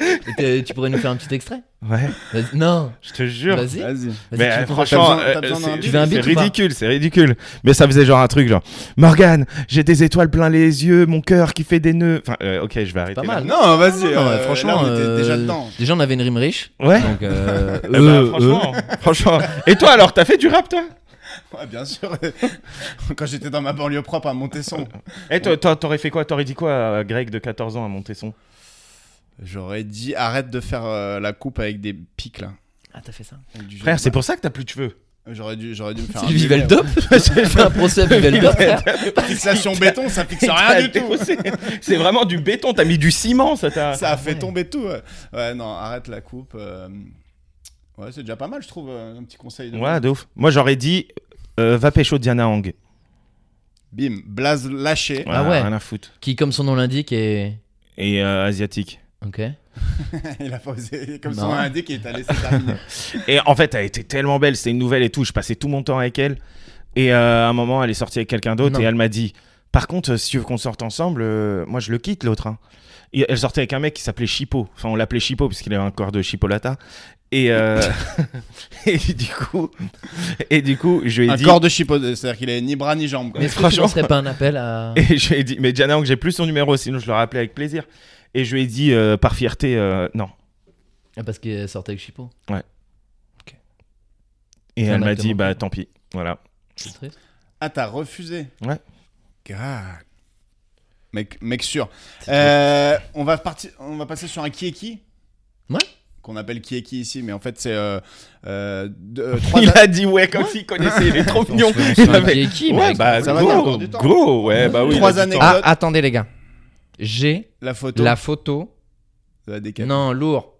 Et t'es- tu pourrais nous faire un petit extrait Ouais, Vas-y. Non. je te jure. Vas-y. Vas-y. Vas-y, Mais tu euh, nous prends- t'as franchement, besoin- t'as euh, besoin d'un c'est beat Tu veux un c'est beat ou pas ridicule, c'est ridicule. Mais ça faisait genre un truc genre Morgane, j'ai des étoiles plein les yeux, mon cœur qui fait des nœuds. Enfin, euh, ok, je vais arrêter. Pas là. mal. Non, vas-y. Ah Non, euh, ouais, là, on franchement, était euh, déjà dedans. Ah bah, Déjà, on avait une rime riche. Ouais. Donc, euh, Eh ben, eux, eux. euh. franchement, franchement. Et toi alors, t'as fait du rap toi Ouais, bien sûr. Quand j'étais dans ma banlieue propre à Montesson, Et Eh, t'aurais fait quoi T'aurais dit quoi à Greg de 14 ans à Montesson j'aurais dit arrête de faire euh, la coupe avec des pics là. Ah, t'as fait ça Avec du Frère, gel. c'est pour ça que t'as plus de cheveux. J'aurais dû, j'aurais dû me faire C'est Viveldop J'ai fait un procès à Viveldop, frère. ouais. Fixation béton, ça fixe rien du tout. C'est- C'est vraiment du béton, t'as mis du ciment, ça t'a. Ça a fait tomber tout. Ouais, Ouais, non, arrête la coupe. euh, Ouais, c'est déjà pas mal, je trouve. euh, Un petit conseil. De... Ouais, de ouf. Moi j'aurais dit euh, va pécho Diana Hang. Bim, blaze lâché. Ah ouais. Rien à foutre. Qui, comme son nom l'indique, est. Et euh, asiatique. Ok. Il a posé comme Non. son nom indique, il t'a laissé terminer. Et en fait, elle était tellement belle, c'était une nouvelle et tout. Je passais tout mon temps avec elle. Et euh, à un moment, elle est sortie avec quelqu'un d'autre Non. et elle m'a dit Par contre, euh, si tu veux qu'on sorte ensemble, euh, moi je le quitte l'autre. hein. Et elle sortait avec un mec qui s'appelait Chipo. Enfin, on l'appelait Chipo parce qu'il avait un corps de Chipolata. Et, euh, et du coup, et du coup, je lui ai Un dit. corps de chipot, c'est-à-dire qu'il avait ni bras ni jambes. quoi. Mais franchement- franchement, ce serait pas un appel à. Et je lui ai dit, mais Diana Hang, j'ai plus son numéro, sinon je l'aurais appelé avec plaisir. Et je lui ai dit, euh, par fierté, euh, non. Ah, Parce qu'il sortait avec Chipo. Et Ah, elle m'a bah, dit, comment bah faire tant pis. Voilà. C'est triste. Ah, t'as refusé Ouais. God. Mec, mec sûr. C'est Euh, on, va partir, on va passer sur un qui est qui Ouais. Qu'on appelle qui est qui ici, mais en fait, c'est. euh, euh, deux- euh, trois Il dates- a dit, ouais, comme s'il connaissait, il est trop mignon. triste. Il Qui avait- est qui, Ouais, mec bah ça va, il y a go, encore du temps. go, ouais, bah oui. Trois il a du années. Ah, temps. attendez, les gars. J'ai La photo la photo. de la décap. Non, lourd.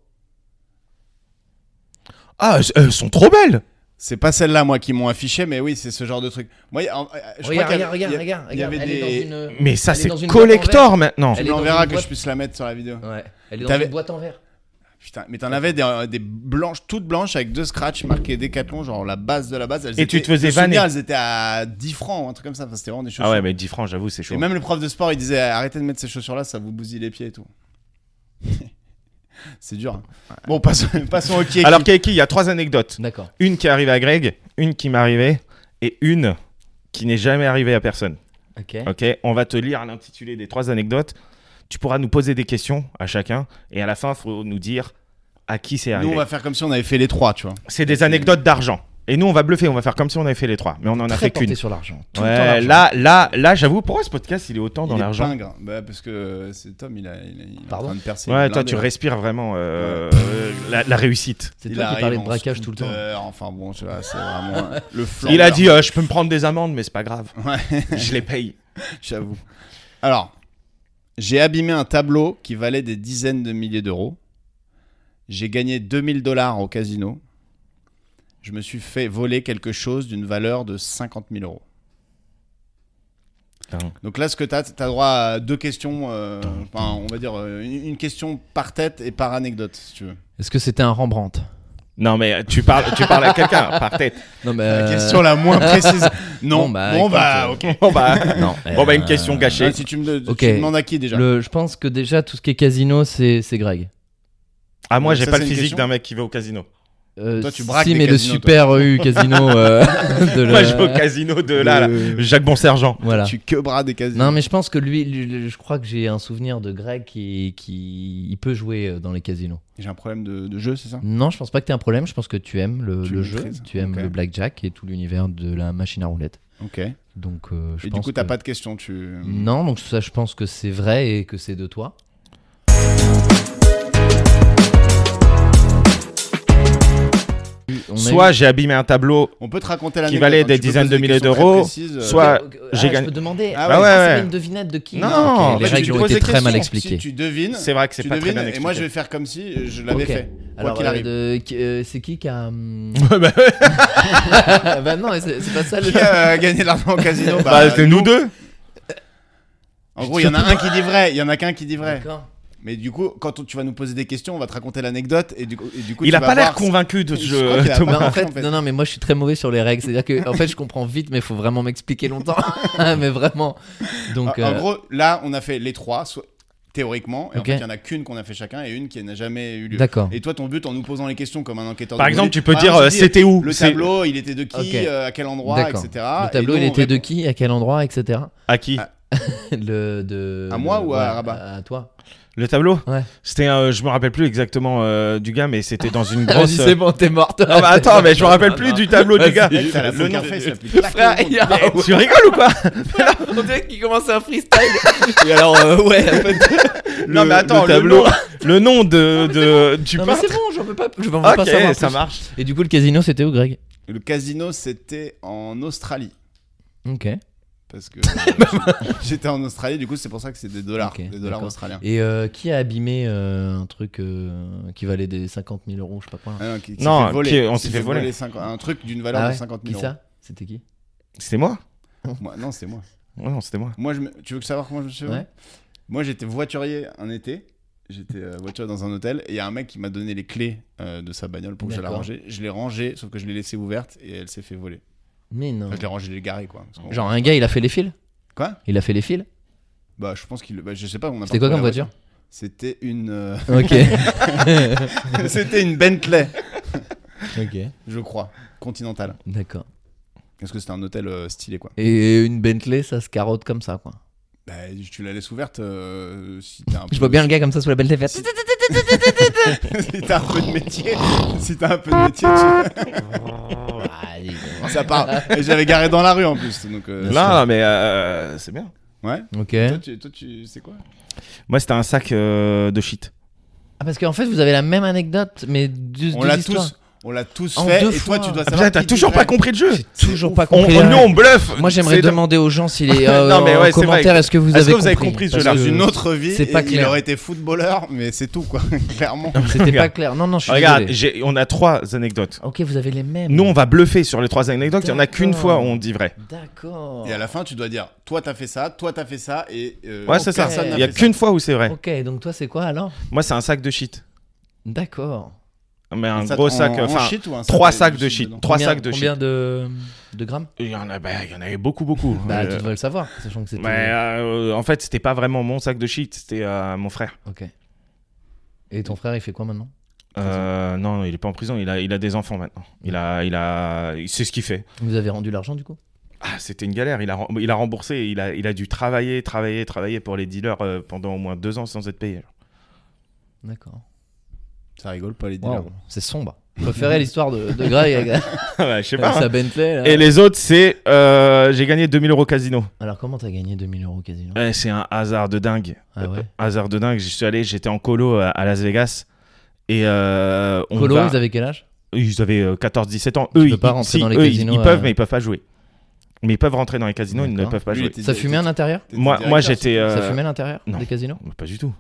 Ah, elles- elles sont trop belles. C'est pas celle-là, moi, qui m'ont affiché, mais oui, c'est ce genre de truc. Moi, il y a- en- euh, je crois Regarde, qu'il y a- regarde, regarde, il y a- regarde. il y avait regarde, elle des- est dans une- Mais ça, Elle est c'est dans une boîte collector maintenant. Tu Elle me est dans l'enverras une que boîte- je puisse la mettre sur la vidéo. Ouais, elle est dans T'avais- une boîte en verre. Putain, mais t'en avais des, euh, des blanches, toutes blanches, avec deux scratchs marqués Décathlon, genre la base de la base. Elles Et tu étaient- te faisais je me souviens, vanner. Elles étaient à 10 francs ou un truc comme ça. Enfin, c'était vraiment des choses. Ah ouais, mais 10 francs, j'avoue, c'est chaud. Et même le prof de sport, il disait arrêtez de mettre ces chaussures-là, ça vous bousille les pieds et tout. c'est dur. hein. Bon, passons, passons au qui est Alors, qui. Keiki, il y a trois anecdotes. D'accord. Une qui arrive à Greg, une qui m'arrivait, et une qui n'est jamais arrivée à personne. Ok. Ok, on va te lire l'intitulé des trois anecdotes. Tu pourras nous poser des questions à chacun et à la fin, faut nous dire à qui c'est Nous, arrivé. on va faire comme si on avait fait les trois, tu vois. C'est des anecdotes d'argent. Et nous, on va bluffer, on va faire comme si on avait fait les trois, mais on en a Très fait qu'une. porté sur l'argent. Tout le temps Ouais, l'argent. là, là, là, j'avoue, pourquoi ce podcast il est autant Il dans est l'argent pingre. Bah, parce que euh, c'est Tom, il, a, il, a- il est en Pardon train de percer. Ouais, blindé, toi, tu là. respires vraiment euh, euh, la, la réussite. C'est Il toi qui arrive parlais en de braquage tout le temps. scooter, Enfin bon, tu vois, c'est vraiment euh, le flanc. Il a dit, euh, je peux me prendre des amendes, mais c'est pas grave, Ouais, je les paye. j'avoue. Alors, j'ai abîmé un tableau qui valait des dizaines de milliers d'euros. J'ai gagné 2000 dollars au casino. Je me suis fait voler quelque chose d'une valeur de 50 000 euros. Putain. Donc là, ce que t'as, t'as droit à deux questions, euh, enfin, on va dire euh, une, une question par tête et par anecdote, si tu veux. Est-ce que c'était un Rembrandt Non, mais euh, tu parles, tu parles à quelqu'un par tête. Non, mais. La euh, question la moins précise. Non, bon, bah, bon écoute, bah, euh, ok. Bon, bah, Non. bon, bah, une euh, question Ah, gâchée. si tu me tu Ok. me demandes à qui déjà le- je pense que déjà, tout ce qui est casino, c'est c'est Greg. Ah, moi, Ça, j'ai pas c'est le une physique question d'un mec qui va au casino. Euh, Toi, tu braques Si, des mais le casinos, toi. super EU casino euh, de Moi, la- je vais au casino de là, là. Jacques Bonsergent. Voilà. Tu quebras des casinos. Non, mais je pense que lui, lui- lui- je crois que j'ai un souvenir de Greg qui, qui il peut jouer euh, dans les casinos. J'ai un problème de, de jeu, c'est ça Non, je pense pas que t'aies un problème. Je pense que tu aimes le, Tu le jeu, maîtrises. tu aimes Ok. le blackjack et tout l'univers de la machine à roulettes. Ok. Donc, euh, je Et du pense coup, t'as que- Mm. pas de questions, tu. Non, donc ça, je pense que c'est vrai et que c'est de toi. On a Soit eu- j'ai abîmé un tableau. On peut te raconter l'anecdote. valait hein, des tu peux dizaines poser de des milliers questions très d'euros, précises, euh, soit- Ok, ok, j'ai ah, gagné- Je peux demander. Ah Ah, ouais, ouais, ouais, ouais. une devinette de qui Non, Ok, bah, les tu règles lui ont poses été des très mal questions. Si expliquées. tu devines, C'est vrai que c'est tu pas très devines, bien et expliqué. moi je vais faire comme si euh, je l'avais Ok. fait. Alors, qu'il euh, arrive. de- qui- euh, c'est qui qui a. hum, Bah, bah non, c'est c'est pas ça le. Qui a euh, gagné de l'argent au casino bah, bah, c'est nous deux. En gros, il y en a un qui dit vrai, il y en a qu'un qui dit vrai. D'accord. Mais du coup, quand on- tu vas nous poser des questions, on va te raconter l'anecdote et du coup, et du coup Il tu a vas pas l'air voir si- convaincu de ce Je crois jeu, qu'il a Thomas. Non, Bah, en fait, en fait. non, non, mais moi je suis très mauvais sur les règles. C'est-à-dire que, en fait, je comprends vite, mais il faut vraiment m'expliquer longtemps. mais vraiment. Ah, En- Donc, En euh, gros, là, on a fait les trois, soit- théoriquement, et en Ok. fait, il y en a qu'une qu'on a fait chacun et une qui n'a jamais eu lieu. d'accord. Et toi, ton but en nous posant les questions comme un enquêteur Par de exemple, police- tu peux Par dire exemple, euh, dis, c'était où Le C'est- tableau, il était de qui, Ok. euh, à quel endroit, D'accord. etc. Le tableau, Et nous, il on était de répond- qui, à quel endroit, etc. À qui Ah. le, de, À moi le- ou à ouais, Rabat À toi. Le tableau Ouais. C'était un. Je me rappelle plus exactement euh, du gars, mais c'était dans une Vas-y, grosse. c'est bon, t'es morte. Ah bah attends, mais je me rappelle plus du tableau du Vas-y. Eh gars. Mec, t'as la Le poker nom- face la plus Frère, claquée au monde. il y a- Tu rigoles ou quoi On dirait qu'il commence un freestyle. Et alors, euh, ouais, en fait. Non, mais attends, le tableau. nom, le nom de, de du Non, mais peintre. c'est bon, j'en veux pas, je veux pas Ok, savoir ça plus. marche. Et du coup, le casino, c'était où, Greg Le casino, c'était en Australie. Ok. Parce que j'étais en Australie, du coup, c'est pour ça que c'est des dollars, Ok, des dollars d'accord. australiens. Et euh, qui a abîmé euh, un truc euh, qui valait des 50 000 euros, je sais pas quoi là Ah non, qui- qui Non, s'est fait voler. qui- on Qui s'est fait voler. cinquan- un truc d'une valeur Ah de ouais 50 Qui 000 euros. ça C'était qui C'était moi Moi- non, c'est moi. Ouais, Non, c'était moi. Moi, je me- tu veux savoir comment je me suis fait voler Ouais. Moi, j'étais voiturier un été. J'étais euh, voiturier dans un hôtel et il y a un mec qui m'a donné les clés euh, de sa bagnole pour que je la D'accord. range. Je l'ai rangée, sauf que je l'ai laissée ouverte et elle s'est fait voler. Mais non. Enfin, je l'ai rangée, je l'ai garée quoi. Parce qu'on- Genre, un gars, il a fait les fils Quoi Il a fait les fils Bah, je pense qu'il. bah, je sais pas. on a C'était pas quoi comme retrouvé la voiture C'était une. euh, Ok. C'était une Bentley, ok. je crois, continentale. D'accord. Parce que c'était un hôtel euh, stylé quoi. Et une Bentley, ça se carotte comme ça, quoi. Bah, tu la laisses ouverte euh, si t'as un peu. Je vois bien le gars comme ça sous la Bentley faire. Si- si t'as un peu de métier, si t'as un peu de métier, tu- Ah, dis donc. ça part. Et j'avais garé dans la rue en plus, donc. euh, Non, non, mais euh, c'est bien. Ouais. Ok. Toi, tu, toi, tu c'est quoi Moi, c'était un sac euh, de shit. Ah, parce qu'en fait, vous avez la même anecdote, mais deux, On deux l'a histoires. tous, on l'a tous En fait. deux Et fois. toi, tu dois Ah, savoir. putain, t'as qui toujours dit pas vrai. compris le jeu. J'ai toujours pas On, compris. on- la nous, règle. on bluffe. Moi, j'aimerais C'est de- demander aux gens si les euh, Non, mais ouais, en c'est vrai. commentaire, est-ce que vous Est-ce avez que vous avez compris ce Parce jeu-là Dans que une autre vie, c'est pas et il clair. aurait été footballeur, mais c'est tout quoi, clairement. C'était pas Regarde. clair. Non, non, je suis Regarde, désolé. Ah, j'ai- on a trois anecdotes. Ok, vous avez les mêmes. Nous, on va bluffer sur les trois anecdotes. Il y en a qu'une D'accord. fois où on dit vrai. D'accord. Et à la fin, tu dois dire, toi t'as fait ça, toi t'as fait ça, et euh, Ouais, c'est ça. personne n'a Il y a fait qu'une fois où c'est vrai. Ok, donc toi, c'est quoi alors Moi, c'est un sac de shit. D'accord. Mais un ça. gros En- sac. en Enfin, shit ou un sac trois avec sacs du de shit. dedans Trois Combien- sacs de shit. Combien de, de grammes Il y en a, bah, il y en avait beaucoup, beaucoup. Bah, Euh, tu devrais le savoir, sachant que c'était. mais, euh, en fait, c'était pas vraiment mon sac de shit, c'était euh, mon frère. Ok. Et ton frère, il fait quoi maintenant Euh, non, il est pas en prison, il a, il a des enfants maintenant. Il a, il a, c'est ce qu'il fait. Vous avez rendu l'argent du coup Ah, c'était une galère. Il a, rem- il a remboursé, il a, il a dû travailler, travailler, travailler pour les dealers euh, pendant au moins deux ans sans être payé. D'accord. Ça rigole pas les dealers. Wow, C'est sombre. Je préférais l'histoire de, de Greg avec, avec Ouais, Je sais pas. hein. sa Bentley. là. Et les autres, c'est, euh, j'ai gagné 2000 euros casino. Alors comment t'as gagné 2000 euros quasiment Ouais, Eh, c'est un hasard de dingue. Euh, Ah ouais Hasard de dingue. J'y suis allé, j'étais en colo euh, à, à Las Vegas. Et euh, on Colo, va- ils avaient quel âge ils avaient euh, 14-17 ans. Tu Eux, peux ils, pas rentrer si, dans les eux, ils- casinos, ils, euh, peuvent, mais ils peuvent pas jouer. Mais ils peuvent rentrer dans les casinos, ils ne D'accord. peuvent pas Lui, il jouer. était- Ça fumait à l'intérieur T'étais Moi, directeur, moi j'étais. Ça euh, fumait à l'intérieur non. des casinos Pas du tout.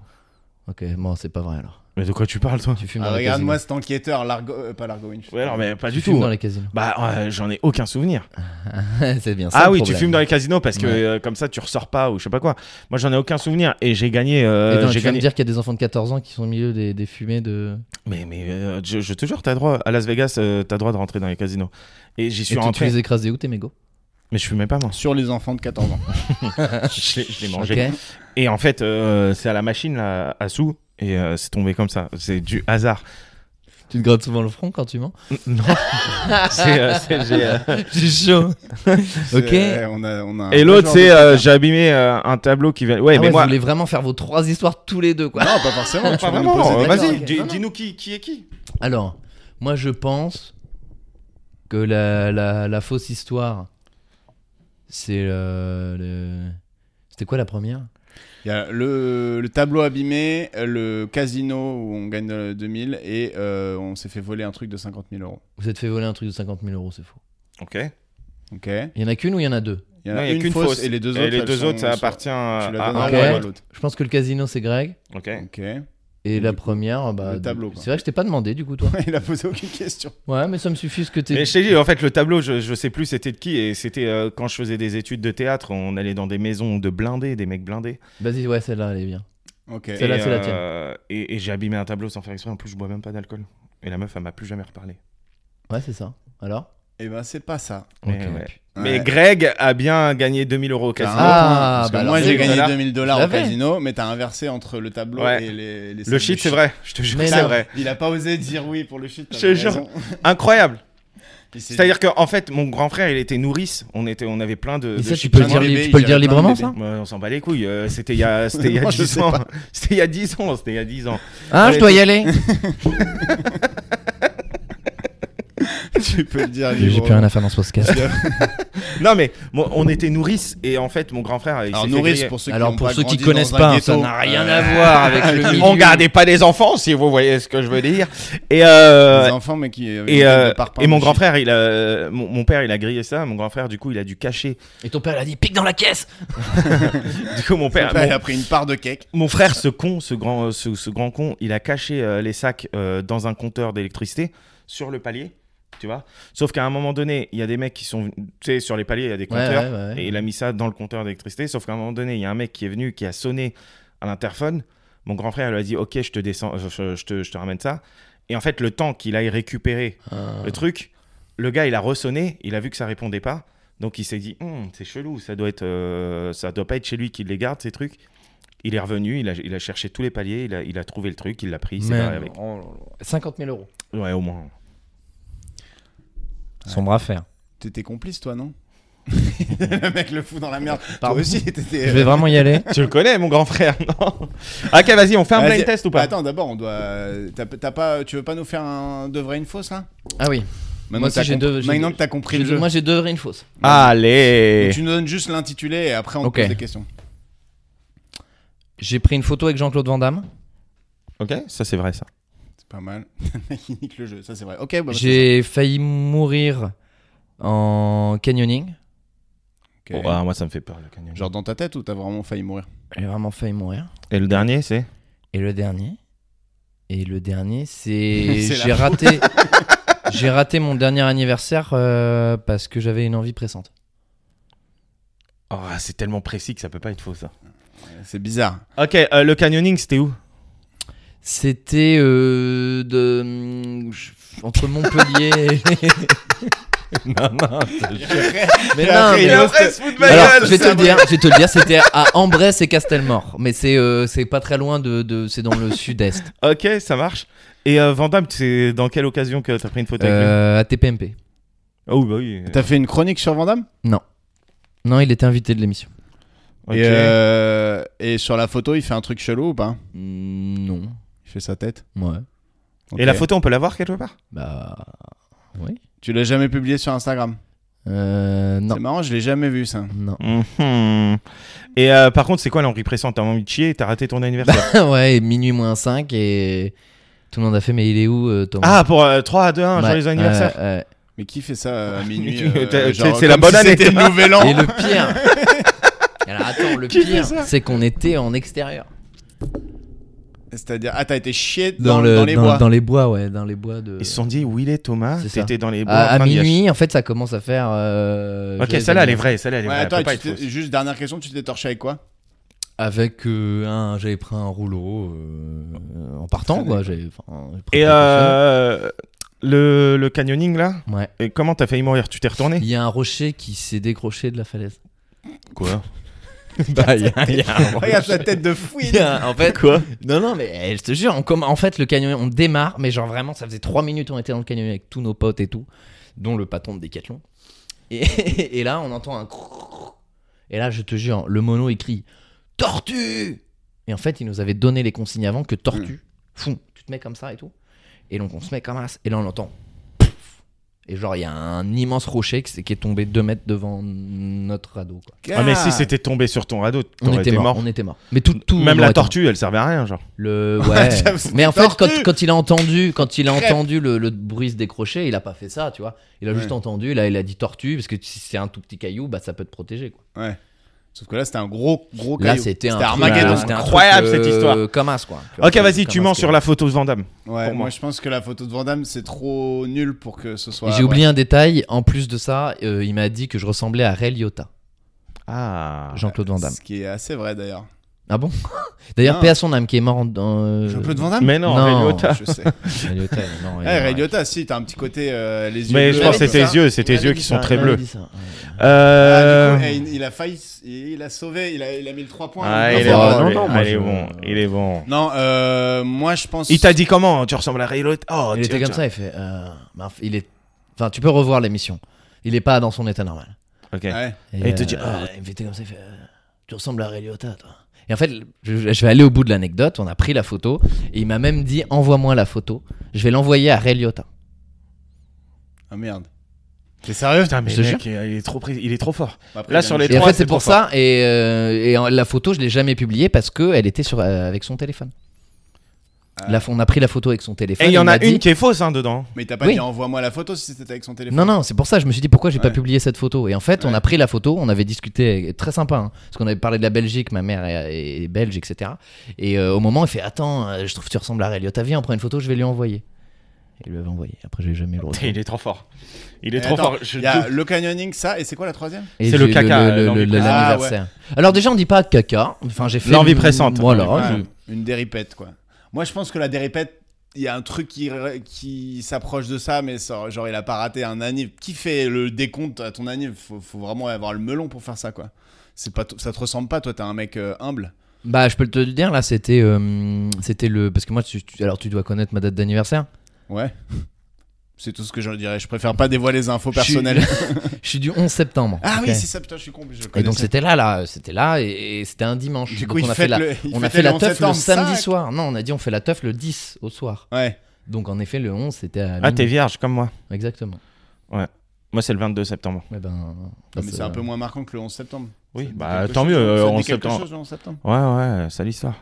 Ok, bon, c'est pas vrai alors. Mais de quoi tu parles, toi Tu fumes Ah, dans les casinos. Regarde-moi cet enquêteur, Largo, euh, pas Largo Winch. Ouais, non, mais pas tu du fumes tout. dans les casinos. Bah, euh, j'en ai aucun souvenir. c'est bien ça. Ah le oui, problème. tu fumes dans les casinos parce que Ouais. euh, comme ça, tu ressors pas ou je sais pas quoi. Moi, j'en ai aucun souvenir et j'ai gagné. Et euh, non, tu j'ai viens de gagné. dire qu'il y a des enfants de 14 ans qui sont au milieu des, des fumées de. Mais, mais euh, je, je te jure, t'as droit. À Las Vegas, euh, t'as droit de rentrer dans les casinos. Et j'y Et suis tu, tu rentré. les écrases des où tes mégots Mais je fumais pas, moi. Sur les enfants de 14 ans. je l'ai- je l'ai mangé. Ah, Ok. Et en fait, euh, c'est à la machine, là, à sous. Et euh, c'est tombé comme ça. C'est du hasard. Tu te grattes souvent le front quand tu mens Non. C'est, euh, c'est- j'ai, euh, J'ai chaud. ok. C'est- on a- on a un Et beau l'autre, genre c'est de- euh, j'ai abîmé euh, un tableau qui vient. Ouais, Ah mais ouais, moi. Vous voulez vraiment faire vos trois histoires tous les deux, quoi. Non, pas forcément. tu euh, Pas veux nous vraiment, poser des- euh, d'accord, Vas-y, ok. dis- Non, non. dis-nous qui, qui est qui. Alors, moi, je pense que la, la, la fausse histoire, c'est euh, le. C'était quoi la première Il y a le, le tableau abîmé, le casino où on gagne euh, 2000 et euh, on s'est fait voler un truc de 50 000 euros. Vous êtes fait voler un truc de 50 000 euros, c'est faux. Ok. Non, Ok Il Il y en a qu'une ou il y en a deux y Il en n'y a a une qu'une fausse, fausse. et les deux autres. Et les elles deux sont- autres, ça sont- appartient Tu la à donnes à à ok. l'un ou un. à l'autre. Je pense que le casino, c'est Greg. Ok. Ok. Et Du la coup, première, bah. le tableau, quoi. C'est vrai que je t'ai pas demandé, du coup, toi. Il a posé aucune question. Ouais, mais ça me suffit ce que t'es. Mais je t'ai dit, en fait, le tableau, je, je sais plus c'était de qui. Et c'était euh, quand je faisais des études de théâtre, on allait dans des maisons de blindés, des mecs blindés. Vas-y, ouais, celle-là, elle est bien. Ok. Celle-là, Et, c'est la euh, Et, et j'ai abîmé un tableau sans faire exprès. En plus, je bois même pas d'alcool. Et la meuf, elle m'a plus jamais reparlé. Ouais, c'est ça. Alors Et ben, c'est pas ça. Mais, Ok. ouais. Ouais. Mais Greg a bien gagné 2000 euros au casino. T'as un Ah, bon point, parce que bah moi alors, j'ai oui, gagné voilà. 2000 dollars Je au l'avais. casino, mais t'as inversé entre le tableau Ouais. et les. les Le sacs shit, de c'est vrai. Je te jure, Mais c'est non. vrai. Il a pas osé dire oui pour le shit. Je t'avais jure. raison. Incroyable. C'est-à-dire qu'en fait, mon grand frère, il était nourrice. On, était, on avait plein de. Et de ça, tu chips peux le à dire, plein de li- bébés, tu peux le j'avais dire plein de librement, bébés. ça Ouais, on s'en bat les couilles. euh, c'était il y a, c'était il y a Moi, je 10 sais ans. pas. C'était il y a 10 ans. C'était il y a 10 ans. Hein, je dois y aller tu peux le dire. J'ai librement. plus rien à faire dans ce podcast. Non, mais moi, on était nourrice et en fait, mon grand frère. Il Alors s'est fait nourrice griller. pour ceux qui Alors n'ont pour pas ceux qui grandi connaissent dans un pas, ghetto. ça n'a rien à Euh, voir avec le milieu. On gardait pas des enfants, si vous voyez ce que je veux dire. Et des euh, enfants mais qui avaient une et, tête euh, de parpaing et mon de grand shit. frère, il a, euh, mon, mon père, il a grillé ça. Mon grand frère, du coup, il a dû cacher. Et ton père il a dit pique dans la caisse. Du coup, mon père, Mon père, il mon- a pris une part de cake. Mon frère, ce con, ce grand, euh, ce, ce grand con, il a caché euh, les sacs euh, dans un compteur d'électricité sur le palier, tu vois. Sauf qu'à un moment donné, il y a des mecs qui sont, tu sais, sur les paliers, il y a des Ouais, ouais, compteurs, ouais, ouais. et il a mis ça dans le compteur d'électricité. Sauf qu'à un moment donné, il y a un mec qui est venu, qui a sonné à l'interphone. Mon grand frère lui a dit, ok, je te descends, je, je- je te, je te ramène ça. Et en fait, le temps qu'il aille récupérer Ah. le truc, le gars, il a ressonné, il a vu que ça répondait pas. Donc il s'est dit, Hum, c'est chelou, ça doit être, euh, ça doit pas être chez lui qui les garde ces trucs. Il est revenu, il a, il a cherché tous les paliers, il a, il a trouvé le truc, il l'a pris, il s'est Mais barré avec. 50 000 euros. Ouais, au moins. Sombre affaire. T'étais complice toi non Le mec le fout dans la merde. Toi aussi t'étais. euh, Je vais vraiment y aller. tu le connais, mon grand frère, non Ok, vas-y, on fait un Vas-y. blind test ou pas Bah, Attends d'abord on doit. t'as- t'as pas. Tu veux pas nous faire un de vrai une fausse là Ah oui. Maintenant Moi que t'as aussi, j'ai comp- deux- j'ai Maintenant deux- que t'as compris le J'ai- jeu. Moi j'ai deux vraies et une fausse. Ah, Allez Tu nous donnes juste l'intitulé et après on Ok. te pose des questions. J'ai pris une photo avec Jean-Claude Van Damme. Ok, ça c'est vrai, ça. C'est pas mal. Le mec, il nique le jeu, ça c'est vrai. Ok, bah, bah, J'ai failli mourir en canyoning. c'est- ok. Oh, ah, moi, ça me fait peur, le canyon. Genre dans ta tête ou t'as vraiment failli mourir J'ai vraiment failli mourir. Et le dernier, c'est Et le dernier Et le dernier, c'est C'est la j'ai raté j'ai raté mon dernier anniversaire euh, parce que j'avais une envie pressante. Oh, c'est tellement précis que ça peut pas être faux, ça. C'est bizarre. Ok, euh, le canyoning, c'était où C'était euh, de hum, je- entre Montpellier. et- non non. Mais Et après, non. il mais- est Alors, au- se fout de ma je vais te le dire, je vais te le dire, c'était à Ambresse et Castelmort, mais c'est euh, c'est pas très loin de, de c'est dans le sud-est. Ok, ça marche. Et euh, Van Damme, c'est dans quelle occasion que t'as pris une photo avec lui Euh, à TPMP. Oh, bah oui. T'as fait une chronique sur Vandame Non, il était invité de l'émission. Ok. et, euh, et sur la photo, il fait un truc chelou ou pas Mm, Non. Il fait sa tête. Ouais. Ok. Et la photo, on peut la voir quelque part Bah oui. Tu l'as jamais publié sur Instagram Euh, non. C'est marrant, je l'ai jamais vu ça. Non. Mhm. Et euh, par contre, c'est quoi l'envie pressante T'as envie de chier et t'as raté ton anniversaire ouais, et minuit moins 5 et tout le monde a fait mais il est où euh, Thomas Ah, pour euh, 3 à 2, 1, Ouais, joyeux anniversaire ouais, ouais. Mais qui fait ça à minuit Minuit, euh, t'as- genre c'est- c'est la comme bonne si année. C'était le nouvel Et an le pire Alors attends, le Oh. Qui fait pire ça c'est qu'on était en extérieur C'est-à-dire, ah, t'as été chié dans, dans les bois. dans les bois ouais, dans les bois de Ils se sont dit, où il est Thomas C'est ça. T'étais dans les bois. à, en à train de gâcher. minuit, en fait, ça commence à faire. euh, Ok, joyeux celle-là, elle est anniversaire. vraie. Celle-là, elle est Ouais, vraie. elle attends, peut pas tu être t'es- fausse. juste dernière question, tu t'es torché avec quoi Avec euh, un, j'avais pris un rouleau euh, en partant, Traîné, quoi. j'avais- enfin, j'ai pris Et quelque euh, le, le canyoning, là chose. ouais, et Comment t'as failli mourir Tu t'es retourné il y a un rocher qui s'est décroché de la falaise. Quoi bah, il y a- il y a un Regarde la tête de fouine Il y a- en fait, Quoi non, non, mais eh, je te jure, on comm- en fait, le canyon, on démarre, mais genre vraiment, ça faisait 3 minutes, on était dans le canyon avec tous nos potes et tout, dont le patron de Décathlon. Et, et là, on entend un crrrr. Et là, je te jure, le mono, il crie Tortue Et en fait, il nous avait donné les consignes avant que Tortue, Mm. fou, tu te mets comme ça et tout. Et donc, on se met comme ça. Et là, on entend Pouf Et genre, il y a un immense rocher qui, s'est- qui est tombé 2 mètres devant notre radeau. quoi. Ah, mais si c'était tombé sur ton radeau, On t'aurais était été mort, mort. on était mort. Mais tout, tout on Même la aurait été mort. tortue, elle servait à rien, genre. Le ouais. J'avoue, c'était mais en fait, quand, tordu. quand il a entendu, quand il a Crêpe. entendu le, le bruit se décrocher, il a pas fait ça, tu vois. Il a juste Ouais. entendu. Là, il a dit tortue parce que si c'est un tout petit caillou, bah ça peut te protéger. Quoi. Ouais. Sauf que là, c'était un gros, gros Là, caillou. c'était un C'était truc, Armageddon. euh, c'était un truc, Incroyable, euh, cette histoire. Comme as, quoi. Ok, vas-y, tu Comme as, mens quoi. sur la photo de Vandame. Ouais, pour moi. moi. je pense que la photo de Vandame, c'est trop nul pour que ce soit. Et J'ai oublié un détail. En plus de ça, euh, il m'a dit que je ressemblais à Ray Liotta, Ah. Jean-Claude Van ouais. Damme. Ce qui est assez vrai d'ailleurs. Ah bon D'ailleurs, Non. paix à son âme qui est mort en. dans, euh, Jean-Claude Van Damme Mais non, Non. Ray Liotta. Je sais. Ray Liotta, non, il est Eh, mort. Ray Liotta, si, t'as un petit côté euh, les yeux. Mais je bleus, pense que comme c'était ça. les yeux, c'était Il les avait yeux dit qui ça, sont très il avait bleus. dit ça, ouais. Ah, Euh... du coup, eh, il, il a failli, il a sauvé, il a, il a mis le 3 points. Ah, Non, il est c'est Ah, vrai. bon, non, lui. non, moi, Ah, il est je- bon, il est bon. Non, euh, moi je pense. Il t'a dit comment Tu ressembles à Ray Liotta Oh, Il tiens, était comme tiens. ça, il fait. euh, bah, il est. Enfin, tu peux revoir l'émission. Il est pas dans son état normal. euh, Ok. Ouais. Et il te dit, Ah. il me fait comme ça, il fait, euh, tu ressembles à Ray Liotta, toi. Et en fait, je, je vais aller au bout de l'anecdote. On a pris la photo et il m'a même dit, envoie-moi la photo. Je vais l'envoyer à Ray Liotta. Ah merde. T'es sérieux Putain, mais Je te mec, il est trop, pris- il est trop fort. Bah, Après, Là, il a sur mis- les Et en trois, fait, c'est c'est pour trop ça. Et, euh, et en- la photo, je l'ai jamais publiée parce que elle était sur euh, avec son téléphone. Ah. La, on a pris la photo avec son téléphone. Et il y en m'a a une dit- qui est fausse hein, dedans. Mais t'as pas Oui. dit envoie-moi la photo si c'était avec son téléphone. Non, non, c'est pour ça. Je me suis dit pourquoi j'ai pas Ouais. publié cette photo. Et en fait, on Ouais. a pris la photo, on avait discuté, très sympa, hein, parce qu'on avait parlé de la Belgique, ma mère est, est belge, etc. Et euh, au moment, il fait Attends, euh, je trouve que tu ressembles à Ray Liotta, viens, on prend une photo, je vais lui envoyer. Et il lui avait envoyé. Après, j'ai jamais eu le retour. Putain, il est trop fort. Il est Eh, trop attends, fort. Je Il y a te- le canyoning, ça, et c'est euh, quoi la troisième Et j'ai c'est le caca, le- le- l'envie le- pressante. Ah, l'anniversaire. Alors, déjà, on dit pas caca. Enfin, j'ai fait. L'envie pressante. Voilà. Ouais, Une déripette, quoi. Moi, je pense que la déripette, il y a un truc qui, qui s'approche de ça, mais ça- genre, il a pas raté un anniv. Qui fait le décompte à ton anniv faut, faut vraiment avoir le melon pour faire ça, quoi. C'est pas, t- ça te ressemble pas, toi, t'es un mec euh, humble. je- Bah, je peux te le dire, là, c'était euh, c'était le. Parce que moi, tu- tu- alors, tu dois connaître ma date d'anniversaire. Ouais. C'est tout ce que je dirais. Je préfère pas dévoiler les infos Je suis- personnelles. Je suis du 11 septembre. Ah Ok. oui, c'est ça, putain, je suis con. Je Et connais donc ça. c'était là, là, c'était là, et, et c'était un dimanche. Du Donc, coup, on il a fait fait la, le, il on a fêtait fait le la 11 teuf septembre, le samedi ça. soir. Non, on a dit on fait la teuf le 10 au soir. Ouais. Donc en effet, le 11 c'était à Ah, minuit. t'es vierge comme moi. Exactement. Moi, c'est le 22 septembre. Eh ben, Non, mais c'est un peu moins marquant que le 11 septembre. Oui, Ça te dit quelque bah, tant chose, mieux, ça te euh, dit 11 quelque septembre. chose, le 11 septembre Ouais, ouais, ça l'histoire.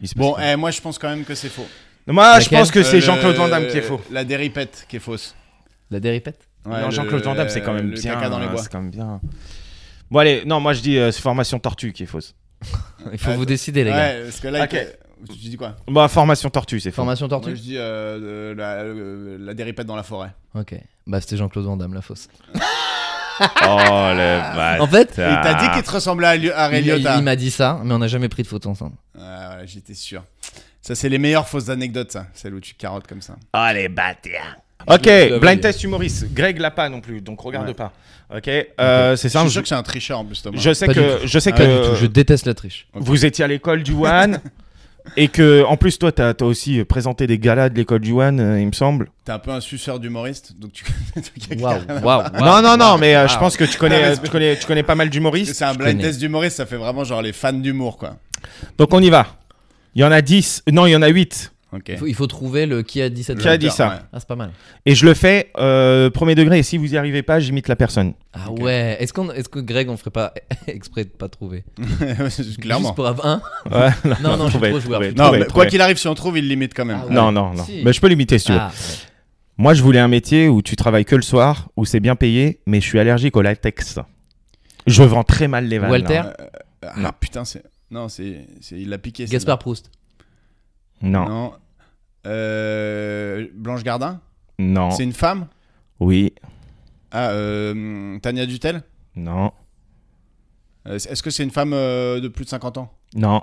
Il se passe Bon, quoi eh, moi je pense quand même que c'est faux. Moi, je Laquelle pense que Euh, c'est le- Jean-Claude Van Damme qui est faux. La déripette qui est fausse. La déripette. Ouais, non, le- Jean-Claude Van Damme, c'est quand même le bien. euh, caca dans les bois. C'est quand même bien. Bon, allez, non, moi, je dis euh, c'est formation tortue qui est fausse. Il faut Ah, vous décider les gars. Ouais, parce que là, Ok. il- tu dis quoi Bah, formation tortue, c'est faux. Formation Moi tortue. je dis euh, euh, la, euh, la déripette dans la forêt. Ok. Bah c'était Jean-Claude Van Damme la fausse. Oh, le bâtard. En fait, Et t'as dit qu'il te ressemblait à, Liu- à Ray il, il- Liotta. il m'a dit ça, mais on n'a jamais pris de photo ensemble. Ah, voilà, J'étais sûr. Ça, c'est les meilleures fausses anecdotes, ça. Celles où tu carottes comme ça. Oh, les bâtards. Ok, Je- blind test humoriste. Greg l'a pas non plus, donc regarde Ouais. pas. Ok, euh, Je c'est suis simple. sûr que c'est un tricheur en plus, Thomas. Je sais Pas du que, je sais Ah, Pas du que tout, Je déteste la triche. vous étiez à l'école du One et que, en plus, toi, t'as as aussi présenté des galas de l'école du One, euh, il me semble. T'es un peu un suceur d'humoriste, donc tu. tu- Waouh, waouh. non, non, non, mais euh, je wow. pense que tu Ah, connais, mais euh, c'est- tu connais, tu connais pas mal Parce que d'humoristes. c'est un blind connais. test d'humoriste, ça fait vraiment genre les fans d'humour, quoi. Donc on y va. Il y en a 10, non, il y en a 8. Ok. Il faut, il faut trouver le qui a dit cette Qui a blague. dit ça Ouais. Ah c'est pas mal. Et je le fais euh, premier degré, et si vous y arrivez pas, j'imite la personne. Ah Ok. ouais. Est-ce qu'on, est-ce que Greg on ferait pas exprès de pas trouver Juste Clairement. pour avoir un. Ouais, Non, non, je suis trouvez, trop joueur, je trouvez, suis Non, trouvez, mais quoi trouvez. qu'il arrive, si on trouve, il limite quand même. Ah ouais. Non, non, non. Si. Mais je peux l'imiter si tu veux. Ah, ouais. Moi, je voulais un métier où tu travailles que le soir, où c'est bien payé, mais je suis allergique au latex. Je vends très mal les vannes. hein. Walter Ah, Non. putain, c'est. Non, c'est. c'est- Il l'a piqué. celle-là. Gaspard Proust. Non, non. Non. Euh, Blanche Gardin C'est une femme Oui, Ah, euh, Tania Dutel non, Euh, Est-ce que c'est une femme euh, de plus de 50 ans non.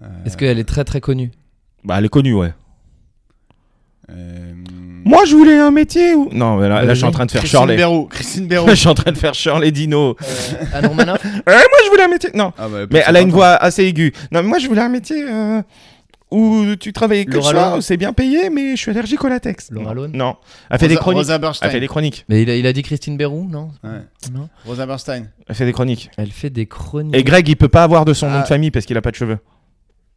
Euh, Est-ce qu'elle est très très connue Bah, elle est connue, ouais. euh, Moi, je voulais un métier où. Non, mais là, là, je suis en train de faire Christine Shirley. Béraud. Christine Béraud. je suis en train de faire Shirley Dino. Anne Romanoff Eh, moi, je voulais un métier. Non, Ah, bah, plus mais de elle a une 50 ans. voix assez aiguë. Non, mais moi, je voulais un métier euh, où tu travailles que le Laura soir, Lone où c'est bien payé, mais je suis allergique au latex. Laura non. Lone non. Elle fait des Rosa- chroniques. Rosa Elle Bernstein. fait des chroniques. Mais il a, il a dit Christine Bérou, non Ouais. Non. Rosa Bernstein. Elle fait des chroniques. Elle fait des chroniques. Et Greg, il peut pas avoir de son nom Ah. de famille parce qu'il a pas de cheveux.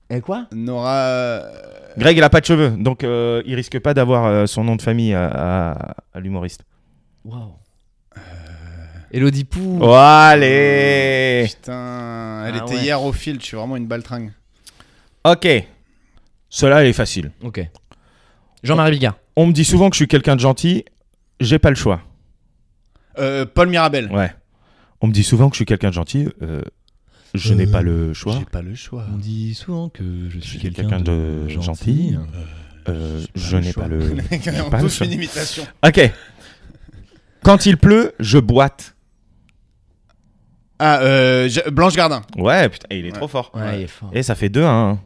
Elle quoi Nora. euh, Greg, il a pas de cheveux, donc euh, il risque pas d'avoir euh, son nom de famille à, à- à l'humoriste. Waouh. Euh. Elodie Pou. Oh, allez Putain, elle Ah était ouais. hier au fil, tu suis vraiment une baltringue. Ok. Cela, elle est facile. Ok. Jean-Marie Bigard. On me dit souvent que je suis quelqu'un de gentil, j'ai pas le choix. Euh, Paul Mirabel. Ouais. On me dit souvent que je suis quelqu'un de gentil, euh, je Euh, n'ai pas le choix. pas le choix. On dit souvent que je suis suis quelqu'un quelqu'un de, de gentil. gentil. euh, je n'ai pas le. On pas le tous choix. une imitation. Ok. Quand il pleut, je boite. Ah, euh, je- Blanche Gardin. Ouais, putain, et il est Ouais. trop fort. Ouais, Ouais. il est fort. Et ça fait hein. 2 1. Aïe,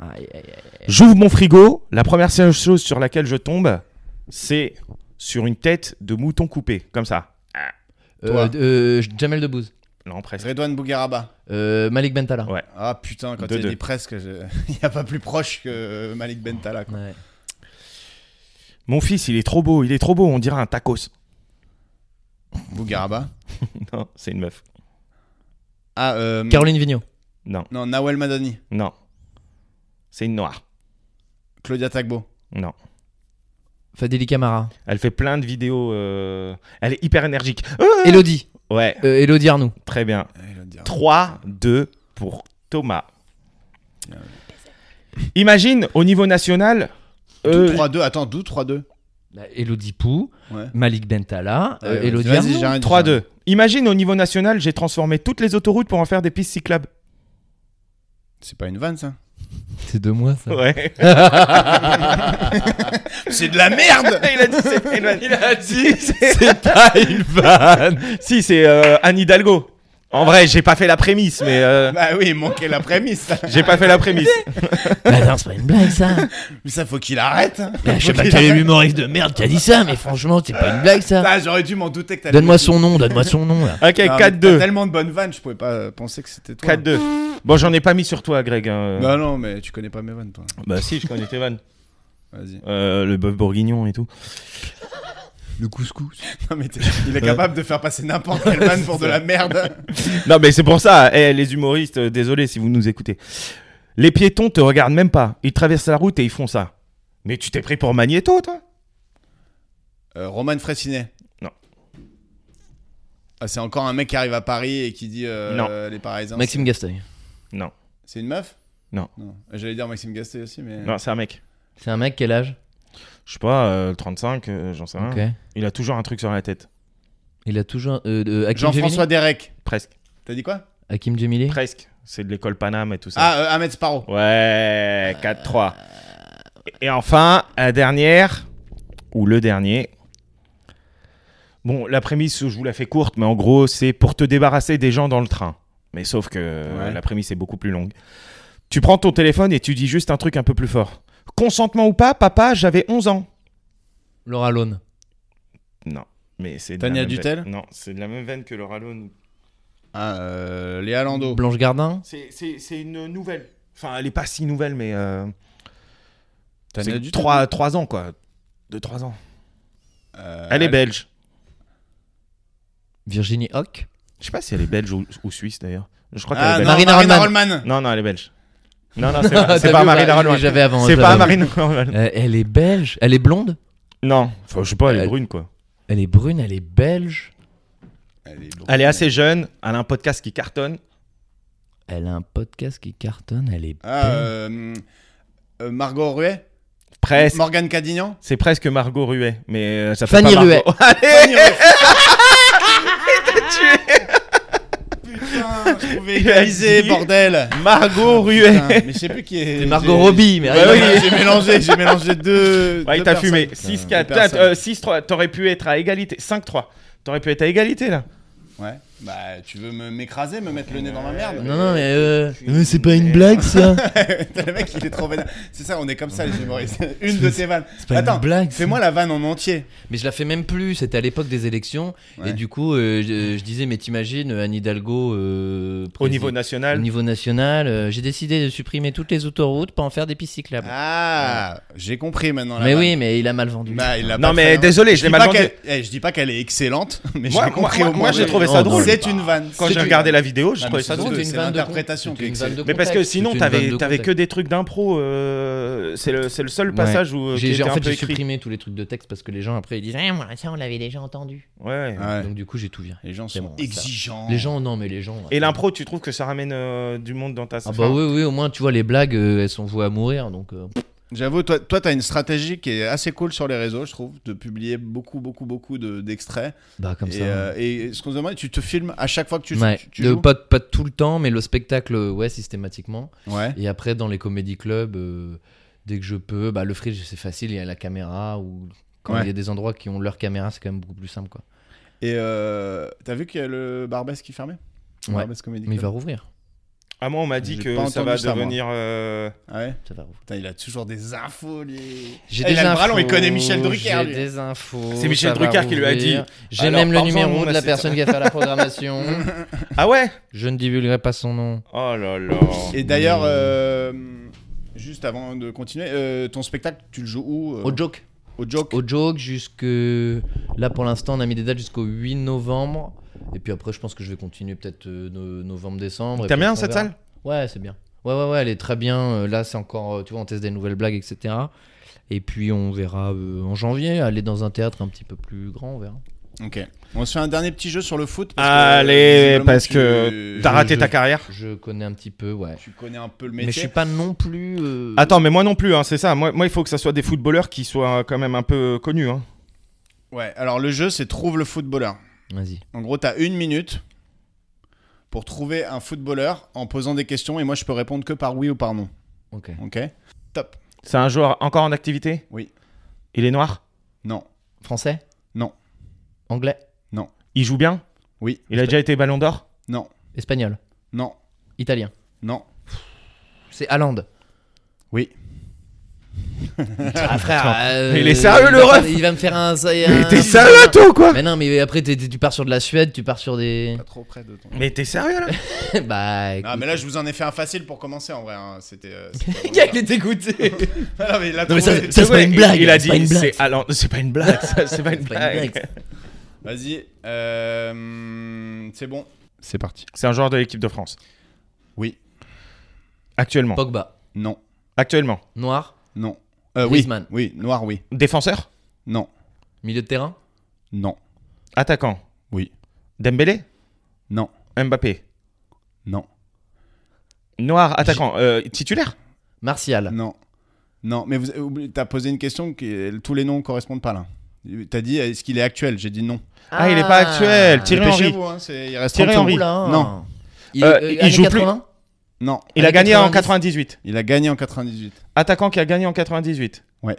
aïe, aïe. J'ouvre mon frigo, la première seule chose sur laquelle je tombe, c'est sur une tête de mouton coupé, comme ça. Toi. Euh, euh, Jamel Debbouze. Non, presque. Redouane Bougaraba. Euh, Malik Bentala. Ouais. Ah putain, quand Deux, il deux. euh, dit presque, je- il n'y a pas plus proche que Malik Bentala. quoi. Ouais. Mon fils, il est trop beau, il est trop beau, on dirait un tacos. Bougaraba. Non, c'est une meuf. Ah, euh, Caroline Vigneault. Non, Non, Nawel Madani. non. C'est une noire. Claudia Tagbo. Non. Fadeli Camara. Elle fait plein de vidéos. euh, Elle est hyper énergique. Euh, Elodie. ouais, Euh, Elodie Arnoux. très bien. Eh, le dire. 3, 2 pour Thomas. Imagine, au niveau national. euh, 3-2, attends, d'où 3-2 Bah, Elodie Pou. Ouais. Malik Bentala. euh, Ouais, ouais, Elodie vas-y, Arnoux. j'ai rien dit, 3-2. Imagine, au niveau national, j'ai transformé toutes les autoroutes pour en faire des pistes cyclables. C'est pas une vanne, ça C'est de moi ça. Ouais. C'est de la merde Il a dit c'est pas une vanne. Il a dit C'est pas une vanne. si, c'est euh, Anne Hidalgo. En vrai, j'ai pas fait la prémisse, mais. euh, Bah oui, il manquait la prémisse. ça. J'ai pas fait la prémisse. Bah non, c'est pas une blague ça. Mais ça, faut qu'il arrête. Bah, je sais Faut pas qu'il quel est arrête. l'humoriste de merde qui a dit ça, mais franchement, c'est pas une blague ça. Ah, j'aurais dû m'en douter que t'allais. Donne-moi me- son nom, donne-moi son nom là. Ok, Non, mais T'as 4-2. tellement de bonnes vannes, je pouvais pas euh, penser que c'était toi. 4-2. Bon, j'en ai pas mis sur toi, Greg. hein. Bah non, mais tu connais pas mes vannes, toi. Bah, si, je connais tes vannes. Vas-y. Euh, le bœuf bourguignon et tout. Le couscous. Non, mais t'es- il est capable de faire passer n'importe quelle vanne pour de la merde. Non, mais c'est pour ça, eh, les humoristes, euh, désolé si vous nous écoutez. Les piétons te regardent même pas. Ils traversent la route et ils font ça. Mais tu t'es pris pour Magneto, toi Euh, Roman Fraissinet. Non. Ah, c'est encore un mec qui arrive à Paris et qui dit euh, Non. les Parisiens. Maxime Gasteuil. c'est- C'est une meuf Ah, Non. J'allais dire Maxime Gasté aussi, mais. Non, c'est un mec. C'est un mec, quel âge Je sais pas, euh, 35, euh, j'en sais rien. Ok. Il a toujours un truc sur la tête. Il a toujours. euh, euh, Hakim Jean-François Derek. Presque. T'as dit quoi Gemili Hakim Gemili Presque. C'est de l'école Paname et tout ça. Ah, euh, Ahmed Sparrow. Ouais, 4-3. Et et enfin, la dernière, ou le dernier. Bon, la prémisse, je vous la fais courte, mais en gros, c'est pour te débarrasser des gens dans le train. Mais sauf que euh, Ouais. la prémisse est beaucoup plus longue. Tu prends ton téléphone et tu dis juste un truc un peu plus fort. Consentement ou pas, papa, j'avais 11 ans. Laura Lone. Non, mais c'est. de Tania la même Dutel veine. Non, c'est de la même veine que le Rallone. Ah, euh, Léa Lando. Blanche Gardin. C'est- C'est c'est une nouvelle. Enfin, elle est pas si nouvelle, mais. euh, T'as c'est né du 3, 3 ans, quoi. De 3 ans. Euh, Ah, Elle est belge. Virginie Hoc. Je sais pas si elle est belge ou, ou suisse d'ailleurs. Je crois Ah, qu'elle est non, belge. Marina, Marina Rollman. Non, non, elle est belge. Non, non, c'est pas, c'est T'as pas vu, Marina bah, Rollman. J'avais avant. C'est je pas l'avais. Marina Rollman. Euh, elle est belge. Elle est blonde. Non, Enfin, je sais pas, elle est Elle- brune quoi. Elle est brune. Elle est belge. Elle est, Elle est assez jeune, elle a un podcast qui cartonne. Elle a un podcast qui cartonne. Elle est. Ah, belge. euh, euh, Margot Ruet Presque. Morgane Cadignan C'est presque Margot Ruet, mais euh, ça fait Fanny pas Margot. Ruet. Allez, Putain, je pouvais Il a égaliser, dit- bordel Putain, Margot Ruet. Mais je sais plus qui est. C'est Margot j'ai- Robbie. Mais Ah Bah oui, oui. j'ai mélangé, j'ai mélangé deux. Ouais, il deux t'a personnes. fumé. Euh, 6-4. deux T'as- personnes. euh, 6-3. T'aurais pu être à égalité. 5-3. T'aurais pu être à égalité là. Ouais. Bah, tu veux me- m'écraser, me mettre le nez dans la merde Non, non, mais. euh, euh, c'est pas une blague ça. Putain, Le mec, il est trop vénère. C'est ça, on est comme ça, les humoristes. Une de tes vannes. C'est pas Attends, une blague. ça. Fais-moi la vanne en entier. Mais je la fais même plus, c'était à l'époque des élections. Ouais. Et du coup, euh, je, je disais, mais t'imagines, Anne Hidalgo. euh, Au président- niveau au national. niveau national, euh, j'ai décidé de supprimer toutes les autoroutes pour en faire des pistes cyclables. Ah, j'ai compris maintenant la mais vanne. oui, mais il a mal vendu. Bah, il l'a Non, pas mais fait, hein. désolé, je l'ai dis mal pas vendu. qu'elle- eh, Je dis pas qu'elle est excellente, mais Moi- j'ai compris moi- au moi, moins. j'ai trouvé ça drôle. C'est une vanne. Quand C'est j'ai une regardé vanne. la vidéo, je Ah, mais trouvais ça c'est drôle. drôle. C'était une c'est vanne de l'interprétation con- qui est c'était une vanne de excellente. Mais parce que contexte, sinon, c'était une vanne t'avais de t'avais que contexte. des trucs d'impro. euh, c'est le, c'est le seul Ouais. passage où. euh, qui J'ai- j'ai- était en un fait, peu j'ai écrit. supprimé tous les trucs de texte parce que les gens après ils disent Eh, moi, ça on l'avait déjà entendu. Ouais. Ouais. Donc du coup j'ai tout viré. Les gens C'est sont bon, ça. exigeants. Les gens non mais les gens. euh, Et l'impro, tu trouves que ça ramène euh, du monde dans ta Ah salle bah oui oui au moins tu vois les blagues euh, elles sont vouées à mourir donc. euh, J'avoue, toi, toi, t'as une stratégie qui est assez cool sur les réseaux, je trouve, de publier beaucoup, beaucoup, beaucoup de- d'extraits. bah comme et, ça. euh, et ce qu'on se demande, tu te filmes à chaque fois que tu, Ouais. tu, tu Le- joues. pas, pas tout le temps mais le spectacle euh, ouais systématiquement. Ouais. Et après, dans les comédie clubs, euh, dès que je peux, bah, le fridge, c'est facile, il y a la caméra. Ou quand Ouais. il y a des endroits qui ont leur caméra, c'est quand même beaucoup plus simple. Quoi. Et euh, t'as vu qu'il y a le Barbès qui fermait Le Ouais. Barbès Comedy Mais il va Club. rouvrir. Ah, moi, on m'a dit J'ai que pas ça entendu va ça, moi. devenir. euh, Ah ouais Ça va rouvrir. Putain, il a toujours des infos, lui. J'ai Ah, il a le bras long, il connaît Michel Drucker, J'ai lui. des infos. C'est Michel ça va Drucker qui lui a rouvrir. J'ai Alors, même le parle-en, numéro on de la assiste. personne qui a fait la programmation. Ah ouais je ne divulguerai pas son nom. Oh là là. Et d'ailleurs, Mais- euh, juste avant de continuer, euh, ton spectacle, tu le joues où euh, Au joke. au Au joke. au joke jusque là pour l'instant on a mis des dates jusqu'au 8 novembre et puis après je pense que je vais continuer peut-être euh, no- novembre décembre et T'aimes puis bien après, on cette verra. salle ouais c'est bien ouais ouais ouais elle est très bien Euh, là c'est encore euh, tu vois on teste des nouvelles blagues etc et puis on verra euh, en janvier aller dans un théâtre un petit peu plus grand on verra Ok. On se fait un dernier petit jeu sur le foot. parce que, Allez, visiblement, parce tu- euh, que t'as je- raté je- ta carrière. je connais un petit peu ouais Tu connais un peu le mais, métier. je suis pas non plus euh, Attends, mais moi non plus, hein, c'est ça. Moi, moi, il faut que ça soit des footballeurs qui soient euh, quand même un peu connus. hein. Ouais, alors le jeu, c'est trouve le footballeur. vas-y En gros, t'as une minute pour trouver un footballeur en posant des questions et moi, je peux répondre que par oui ou par non. ok Ok Top. C'est un joueur encore en activité Oui. Il est noir Non. français Non. anglais Il joue bien Oui. Il a déjà été ballon d'or Non. espagnol Non. italien Non. c'est Hollande Oui. Ah frère, euh, Il est sérieux, il le va ref pas- Il va me faire un. Euh, ça- un- Mais t'es sérieux, toi, ou quoi Mais non, mais après t'es- t'es- tu pars sur de la Suède, tu pars sur des. Pas trop près de ton. Mais t'es sérieux, là bah. Ah, écoute. mais là, je vous en ai fait un facile pour commencer en vrai. hein. C'était. euh, Le c'était gars, il vraiment est dégoûté. ça. Ah, non, mais il a Non, mais trouvé. Ça, c'est pas une blague, Il a c'est pas dit, une blague. c'est Haaland. C'est pas une blague, ça, c'est pas une C'est pas une blague. Vas-y. euh, C'est bon. C'est parti. C'est un joueur de l'équipe de France. Oui. Actuellement. Pogba, Non. Actuellement. noir, Non. Euh, oui. Griezmann. Oui. Noir, oui. Défenseur Non. milieu de terrain, Non. Attaquant Oui. Dembélé Non. Mbappé Non. Noir, attaquant. Euh, titulaire Martial. Non. Non, mais vous euh, oublie- t'as posé une question que tous les noms correspondent pas là. T'as dit euh, est-ce qu'il est actuel J'ai dit non. Ah, il est pas actuel. Thierry Henry. Dépêchez-vous, hein, c'est- il reste Thierry 30 Henry. secondes. Oula. Non, Il, Euh, euh, il années joue plus. 80? non. Il a Année gagné 90. en 98. Il a gagné en 98. Attaquant qui a gagné en 98. Ouais.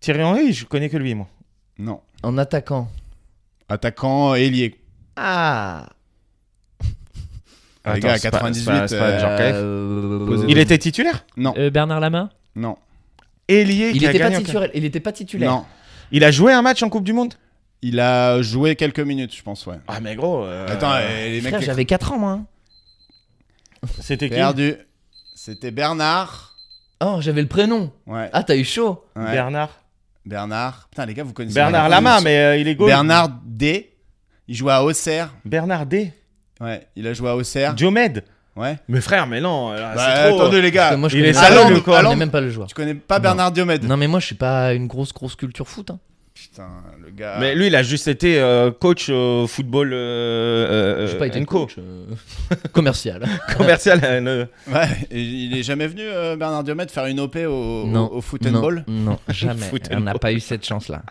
Thierry Henry, je connais que lui, moi. Non. En attaquant. Attaquant euh, ailier. Ah. Les gars, c'est pas- 98, c'est pas- c'est pas euh, Jean Cruyff. Posez- Il était titulaire Non. Euh, Bernard Lama Non. Ailier Il qui a était pas gagné en- titulaire. Il était pas titulaire. Non. Il a joué un match en Coupe du Monde Il a joué quelques minutes, je pense, ouais. Ah, mais gros. euh, Attends, euh, les Frère, mecs j'avais 4 ans moi. hein. C'était qui perdu. C'était Bernard. Oh, j'avais le prénom. Ouais. Ah, t'as eu chaud. ouais. Bernard. Bernard. Putain, les gars, vous connaissez Bernard Lama, mais euh, il est gauche. Bernard D. Il jouait à Auxerre. Bernard D. Ouais, il a joué à Auxerre. Diomed. Ouais. Mais frère, mais non, là, Ah. Bah, Ah, c'est trop. attendez, les Parce gars. que moi, je il connais est pas- salaud, je le connais Hollande. même pas le joueur. Tu connais pas Bernard Diomède Non mais moi je suis pas une grosse grosse culture foot. hein. Putain, le gars. Mais lui, il a juste été euh, coach euh, football. Euh, euh, J'ai pas été and co. coach euh, commercial. Commercial. euh, ne- Ouais, et il est jamais venu, euh, Bernard Diomède, faire une OP au, Non, au, au foot and non, ball non, jamais. Foot and On n'a pas eu cette chance là.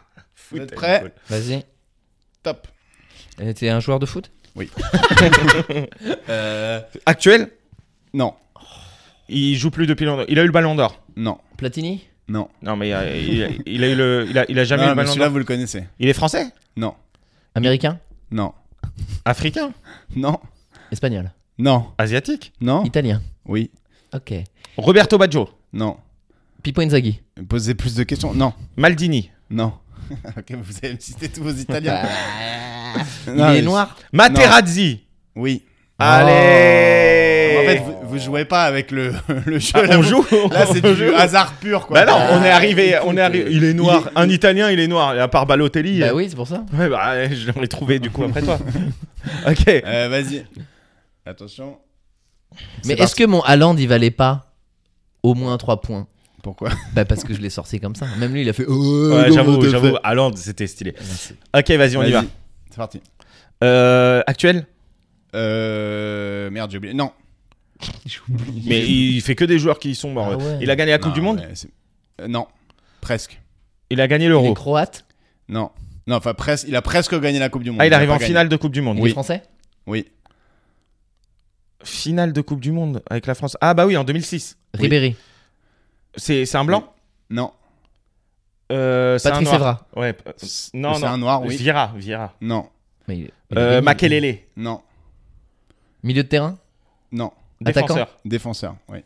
Vous êtes prêts Vas-y. Top. Euh, T'es un joueur de foot Actuel, Euh, Non, il joue plus depuis longtemps. Il a eu le ballon d'or. non, Platini non. Non, mais euh, il, il a eu le, il a, il a jamais eu non, le mais ballon celui-là, d'or. vous le connaissez. Il est français Non, Américain non, Africain non, Espagnol non, Asiatique non. Italien Oui, Ok. Roberto Baggio non. Pipo Inzaghi Posez plus de questions. Non, Maldini non. ok, vous avez cité tous vos Italiens. Ah, Il Non, mais- est noir Materazzi Oui. Bah. Allez En fait, vous, vous jouez pas avec le, le jeu. Ah, là, on vous- joue Là, c'est on du joue. hasard pur, quoi. Bah non, on est arrivé, écoute, on est arrivé. euh, Il est noir. il Un Italien, il est noir. Et à part Balotelli. Bah euh, oui c'est pour ça. Ouais, bah je l'aurais trouvé du coup après toi. ok. Euh, Vas-y. Attention. Mais parti. est-ce que mon Haaland il valait pas au moins 3 points Pourquoi Bah parce que je l'ai sorti comme ça. Même lui il a fait. Ouais, j'avoue, j'avoue. Hollande, c'était stylé. Ok, vas-y, on y va. Vas-y, C'est parti. Euh, actuel Euh. Merde, j'ai oublié. Non. Mais il fait que des joueurs qui sont morts. Ah ouais. Il a gagné la Coupe Non, du Monde mais c'est- euh, Non. Presque. Il a gagné Il est l'Euro. croate Non. Non, enfin, presque. Il a presque gagné la Coupe du Monde. Ah, il a arrive pas en gagné. finale de Coupe du Monde. Il Oui. est français Oui. Finale de Coupe du Monde avec la France. Ah, bah oui, en 2006. Oui. Ribéry C'est c'est un blanc Non. Euh, c'est un Patrice noir. Evra Ouais. p- C'est non, non. un noir, oui. Vira, Vira. Non. Mais il est- il est Euh, régul- Makelele, Non. Milieu de terrain Non. Attaquant défenseur. Défenseur, oui.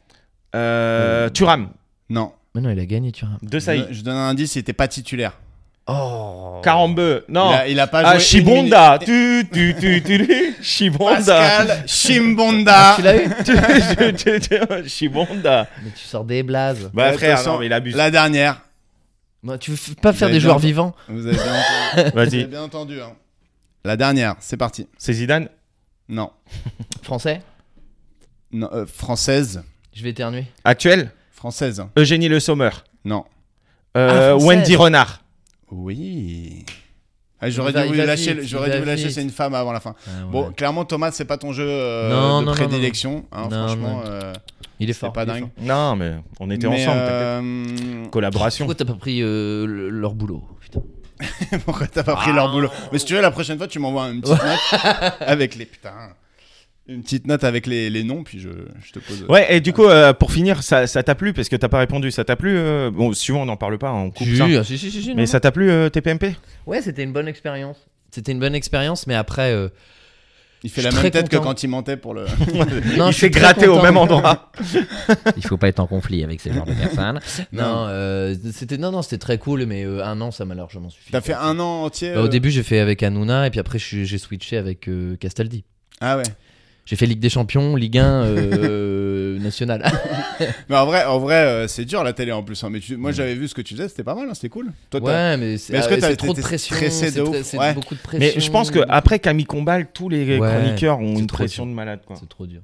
Euh, Hmm. Thuram, Non. Mais non, il a gagné, tu vois. De Je, Saï. je donne un indice, il était pas titulaire. Oh Carambeu, non. Il, a, il a pas Ah, joué. une Shibonda. minute. Tu, tu, tu, tu, tu. Shibonda. Pascal Shimbonda. Ah. Tu l'as eu Tu, tu, tu, tu, Shibonda. Mais tu sors des blazes. Bah, Ouais, frère, attention, non, mais il abuse. La dernière. Non, tu veux f- pas faire Mais des non. joueurs vivants Vous avez bien entendu. Vous avez Vas-y, bien entendu, hein. La dernière, c'est parti. c'est Zidane Non. Français Non, euh, française. Je vais éternuer. Actuel Française. hein. Eugénie Le Sommer. Non. Ah, Euh, française. Wendy Renard. Oui. Ah, J'aurais Il va- dû il vous va lâcher, vite, le- il j'aurais va dû vous lâcher vite. c'est une femme avant la fin. Bon, clairement, Thomas, c'est pas ton jeu euh, Non, de non, non, prédilection. hein, Non, franchement, non. euh, il est c'est fort. pas il est dingue. fort. Non, mais on était Mais, ensemble. t'inquiète. euh, Collaboration. Pourquoi t'as pas pris euh, le- leur boulot putain euh, Pourquoi t'as pas pris Ah. leur boulot Mais si tu veux, la prochaine fois, tu m'envoies une petite note avec les. Putain. Une petite note avec les, les noms, puis je, je te pose. Ouais, et du coup, euh, pour finir, ça ça t'a plu parce que t'as pas répondu. Ça t'a plu euh, Bon, suivant, on n'en parle pas, on coupe Si, ça. ah, si, si, si, si, non, Mais non. ça t'a plu, euh, TPMP Ouais, c'était une bonne expérience. C'était une bonne expérience, mais après. euh, Il fait Je la suis même très tête que content. quand il mentait pour le. Non, Il je suis s'est très gratté au content. même endroit. Il faut pas être en conflit avec ces genres de personnes. non, euh, c'était non, non, c'était très cool, mais euh, un an, ça m'a largement suffi. T'as fait un an entier. Bah, euh, Au début, j'ai fait avec Hanouna, et puis après, je suis- j'ai switché avec euh, Castaldi. Ah ouais. J'ai fait Ligue des Champions, Ligue 1, euh, nationale. Mais en vrai, en vrai euh, c'est dur la télé en plus. hein. Mais tu- moi, j'avais vu ce que tu faisais, c'était pas mal, hein, c'était cool. Toi, t'as- Mm. ouais, mais c'est Mais est-ce que ah, t'as c'est été trop de stressé pression. de C'est ouf très- c'est Ouais. beaucoup de pression. Mais je pense que après Camille Combal, tous les Ouais, chroniqueurs ont c'est une trop pression dur. de malade. Quoi. C'est trop dur.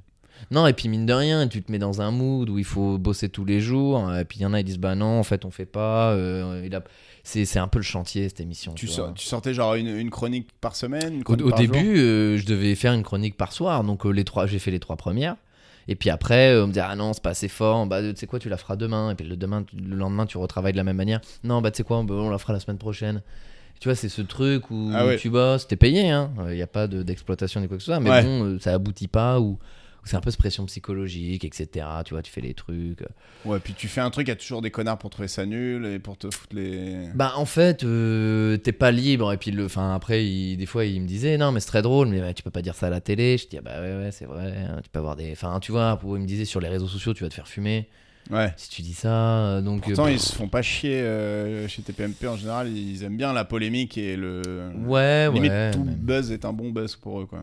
Non, et puis mine de rien, tu te mets dans un mood où il faut bosser tous les jours. Et puis il y en a, ils disent Bah non, en fait, on fait pas. euh, il a... c'est, c'est un peu le chantier, cette émission. Tu, tu sor- vois. tu sortais genre une, une chronique par semaine une Au, chronique au par jour début, euh, je devais faire une chronique par soir. Donc euh, les trois, j'ai fait les trois premières. Et puis après, euh, on me dit Ah non, c'est pas assez fort. Bah tu sais quoi, tu la feras demain. Et puis le, demain, tu- le lendemain, tu retravailles de la même manière. Non, bah tu sais quoi, bah, on la fera la semaine prochaine. Tu vois, c'est ce truc où Ah ouais. tu bosses, t'es payé. Il hein. n'y a pas de- d'exploitation ni quoi que ce soit. Mais Ouais. bon, euh, ça aboutit pas. Ou ou c'est un peu cette pression psychologique, etc. Tu vois, tu fais les trucs. Ouais, puis tu fais un truc, il y a toujours des connards pour trouver ça nul et pour te foutre les. Bah en fait, euh, t'es pas libre. Et puis le, enfin après, il- des fois, il me disait non, mais c'est très drôle, mais bah, tu peux pas dire ça à la télé. Je dis ah, bah ouais, ouais, c'est vrai. hein, tu peux avoir des, enfin tu vois, pour- il me disait sur les réseaux sociaux, tu vas te faire fumer Ouais. si tu dis ça. euh, Bah. Donc euh, Pourtant, pff, ils se font pas chier euh, chez TPMP en général. Ils aiment bien la polémique et le. ouais, Limite, ouais. tout mais- buzz est un bon buzz pour eux, quoi.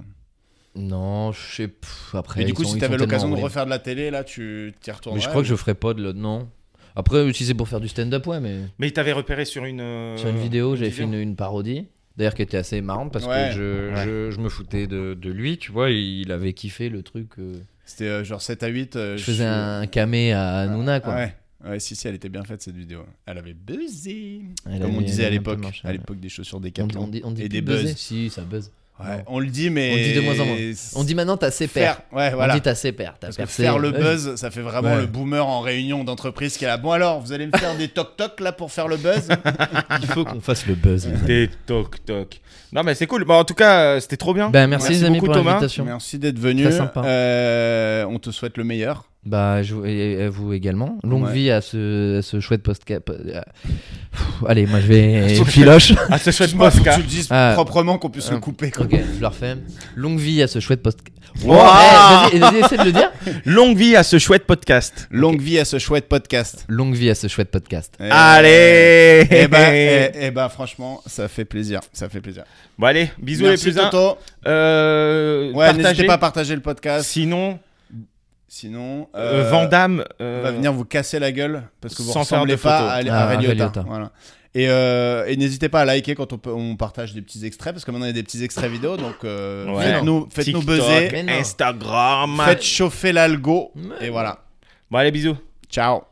Non, je sais. pff, après, Et du ils coup, sont- si ils t'avais sont l'occasion de tellement refaire de la télé, là, tu t'y envolés. retournerais. mais je crois que je ferais pas de l'autre, non. Après, si c'est pour faire du stand-up, ouais, mais. Mais il t'avait repéré sur une. euh, sur une vidéo, j'avais fait une, une parodie. D'ailleurs, qui était assez marrante parce Ouais. que je, je, je me foutais de, de lui, tu vois. Il avait kiffé le truc. euh. C'était euh, genre 7 à 8. euh, je faisais suis- un camé à Hanouna, Ah quoi. ouais. Ouais, si, si, elle était bien faite cette vidéo. Elle avait buzzé. Elle Comme on avait- disait à elle avait un peu l'époque, marché, à ouais. l'époque des chaussures des On, on dit, on dit et plus des buzzer. buzz. Si, ça buzz. Ouais, Non. on le dit, mais. On le dit de moins en moins. On dit maintenant t'as ses pères. faire. Ouais, voilà. On dit t'as ses pères. T'as Parce que percé. Euh, faire le Ouais. buzz, ça fait vraiment Ouais. le boomer en réunion d'entreprise qui est là. Bon alors, vous allez me faire des toc toc là pour faire le buzz Il faut qu'on fasse le buzz. les gars. Des toc toc. Non, mais c'est cool. Bon, en tout cas, euh, c'était trop bien. bah, merci, Merci les amis beaucoup, pour Thomas. l'invitation. Merci d'être venu. Très sympa. Euh, on te souhaite le meilleur. Bah, je, vous- et et vous également. Longue Ouais. vie à ce, à ce chouette podcast. euh, Allez, moi je vais filoche. Ah, c'est chouette, Je pense que Mosca. tu le dises Ah. proprement, qu'on puisse Ah. le couper. quoi. Ok, je le refais. Longue vie à ce chouette podcast. Wow. vas-y, vas-y, essaie de le dire. Longue vie à ce chouette podcast. Longue vie à ce chouette podcast. Longue vie à ce chouette podcast. Eh Et- ben, Allez Eh bah, eh, eh bah, franchement, ça fait plaisir. Ça fait plaisir. Bon, allez, bisous Merci, les plus uns. Toto. Euh, Ouais, partagez. n'hésitez pas à partager le podcast. Sinon, Sinon, euh, euh, Vandame. euh, va venir vous casser la gueule parce que vous Sans faire ressemblez de pas photos. à, Ah, à Ray à Ray Liotta. Liotta. Voilà. Et, euh, et n'hésitez pas à liker quand on, peut- on partage des petits extraits parce que maintenant il y a des petits extraits vidéo donc euh, Ouais. faites-nous faites TikTok, buzzer, Mais non. Instagram. faites chauffer l'algo Mais et voilà. Bon, allez, bisous. Ciao.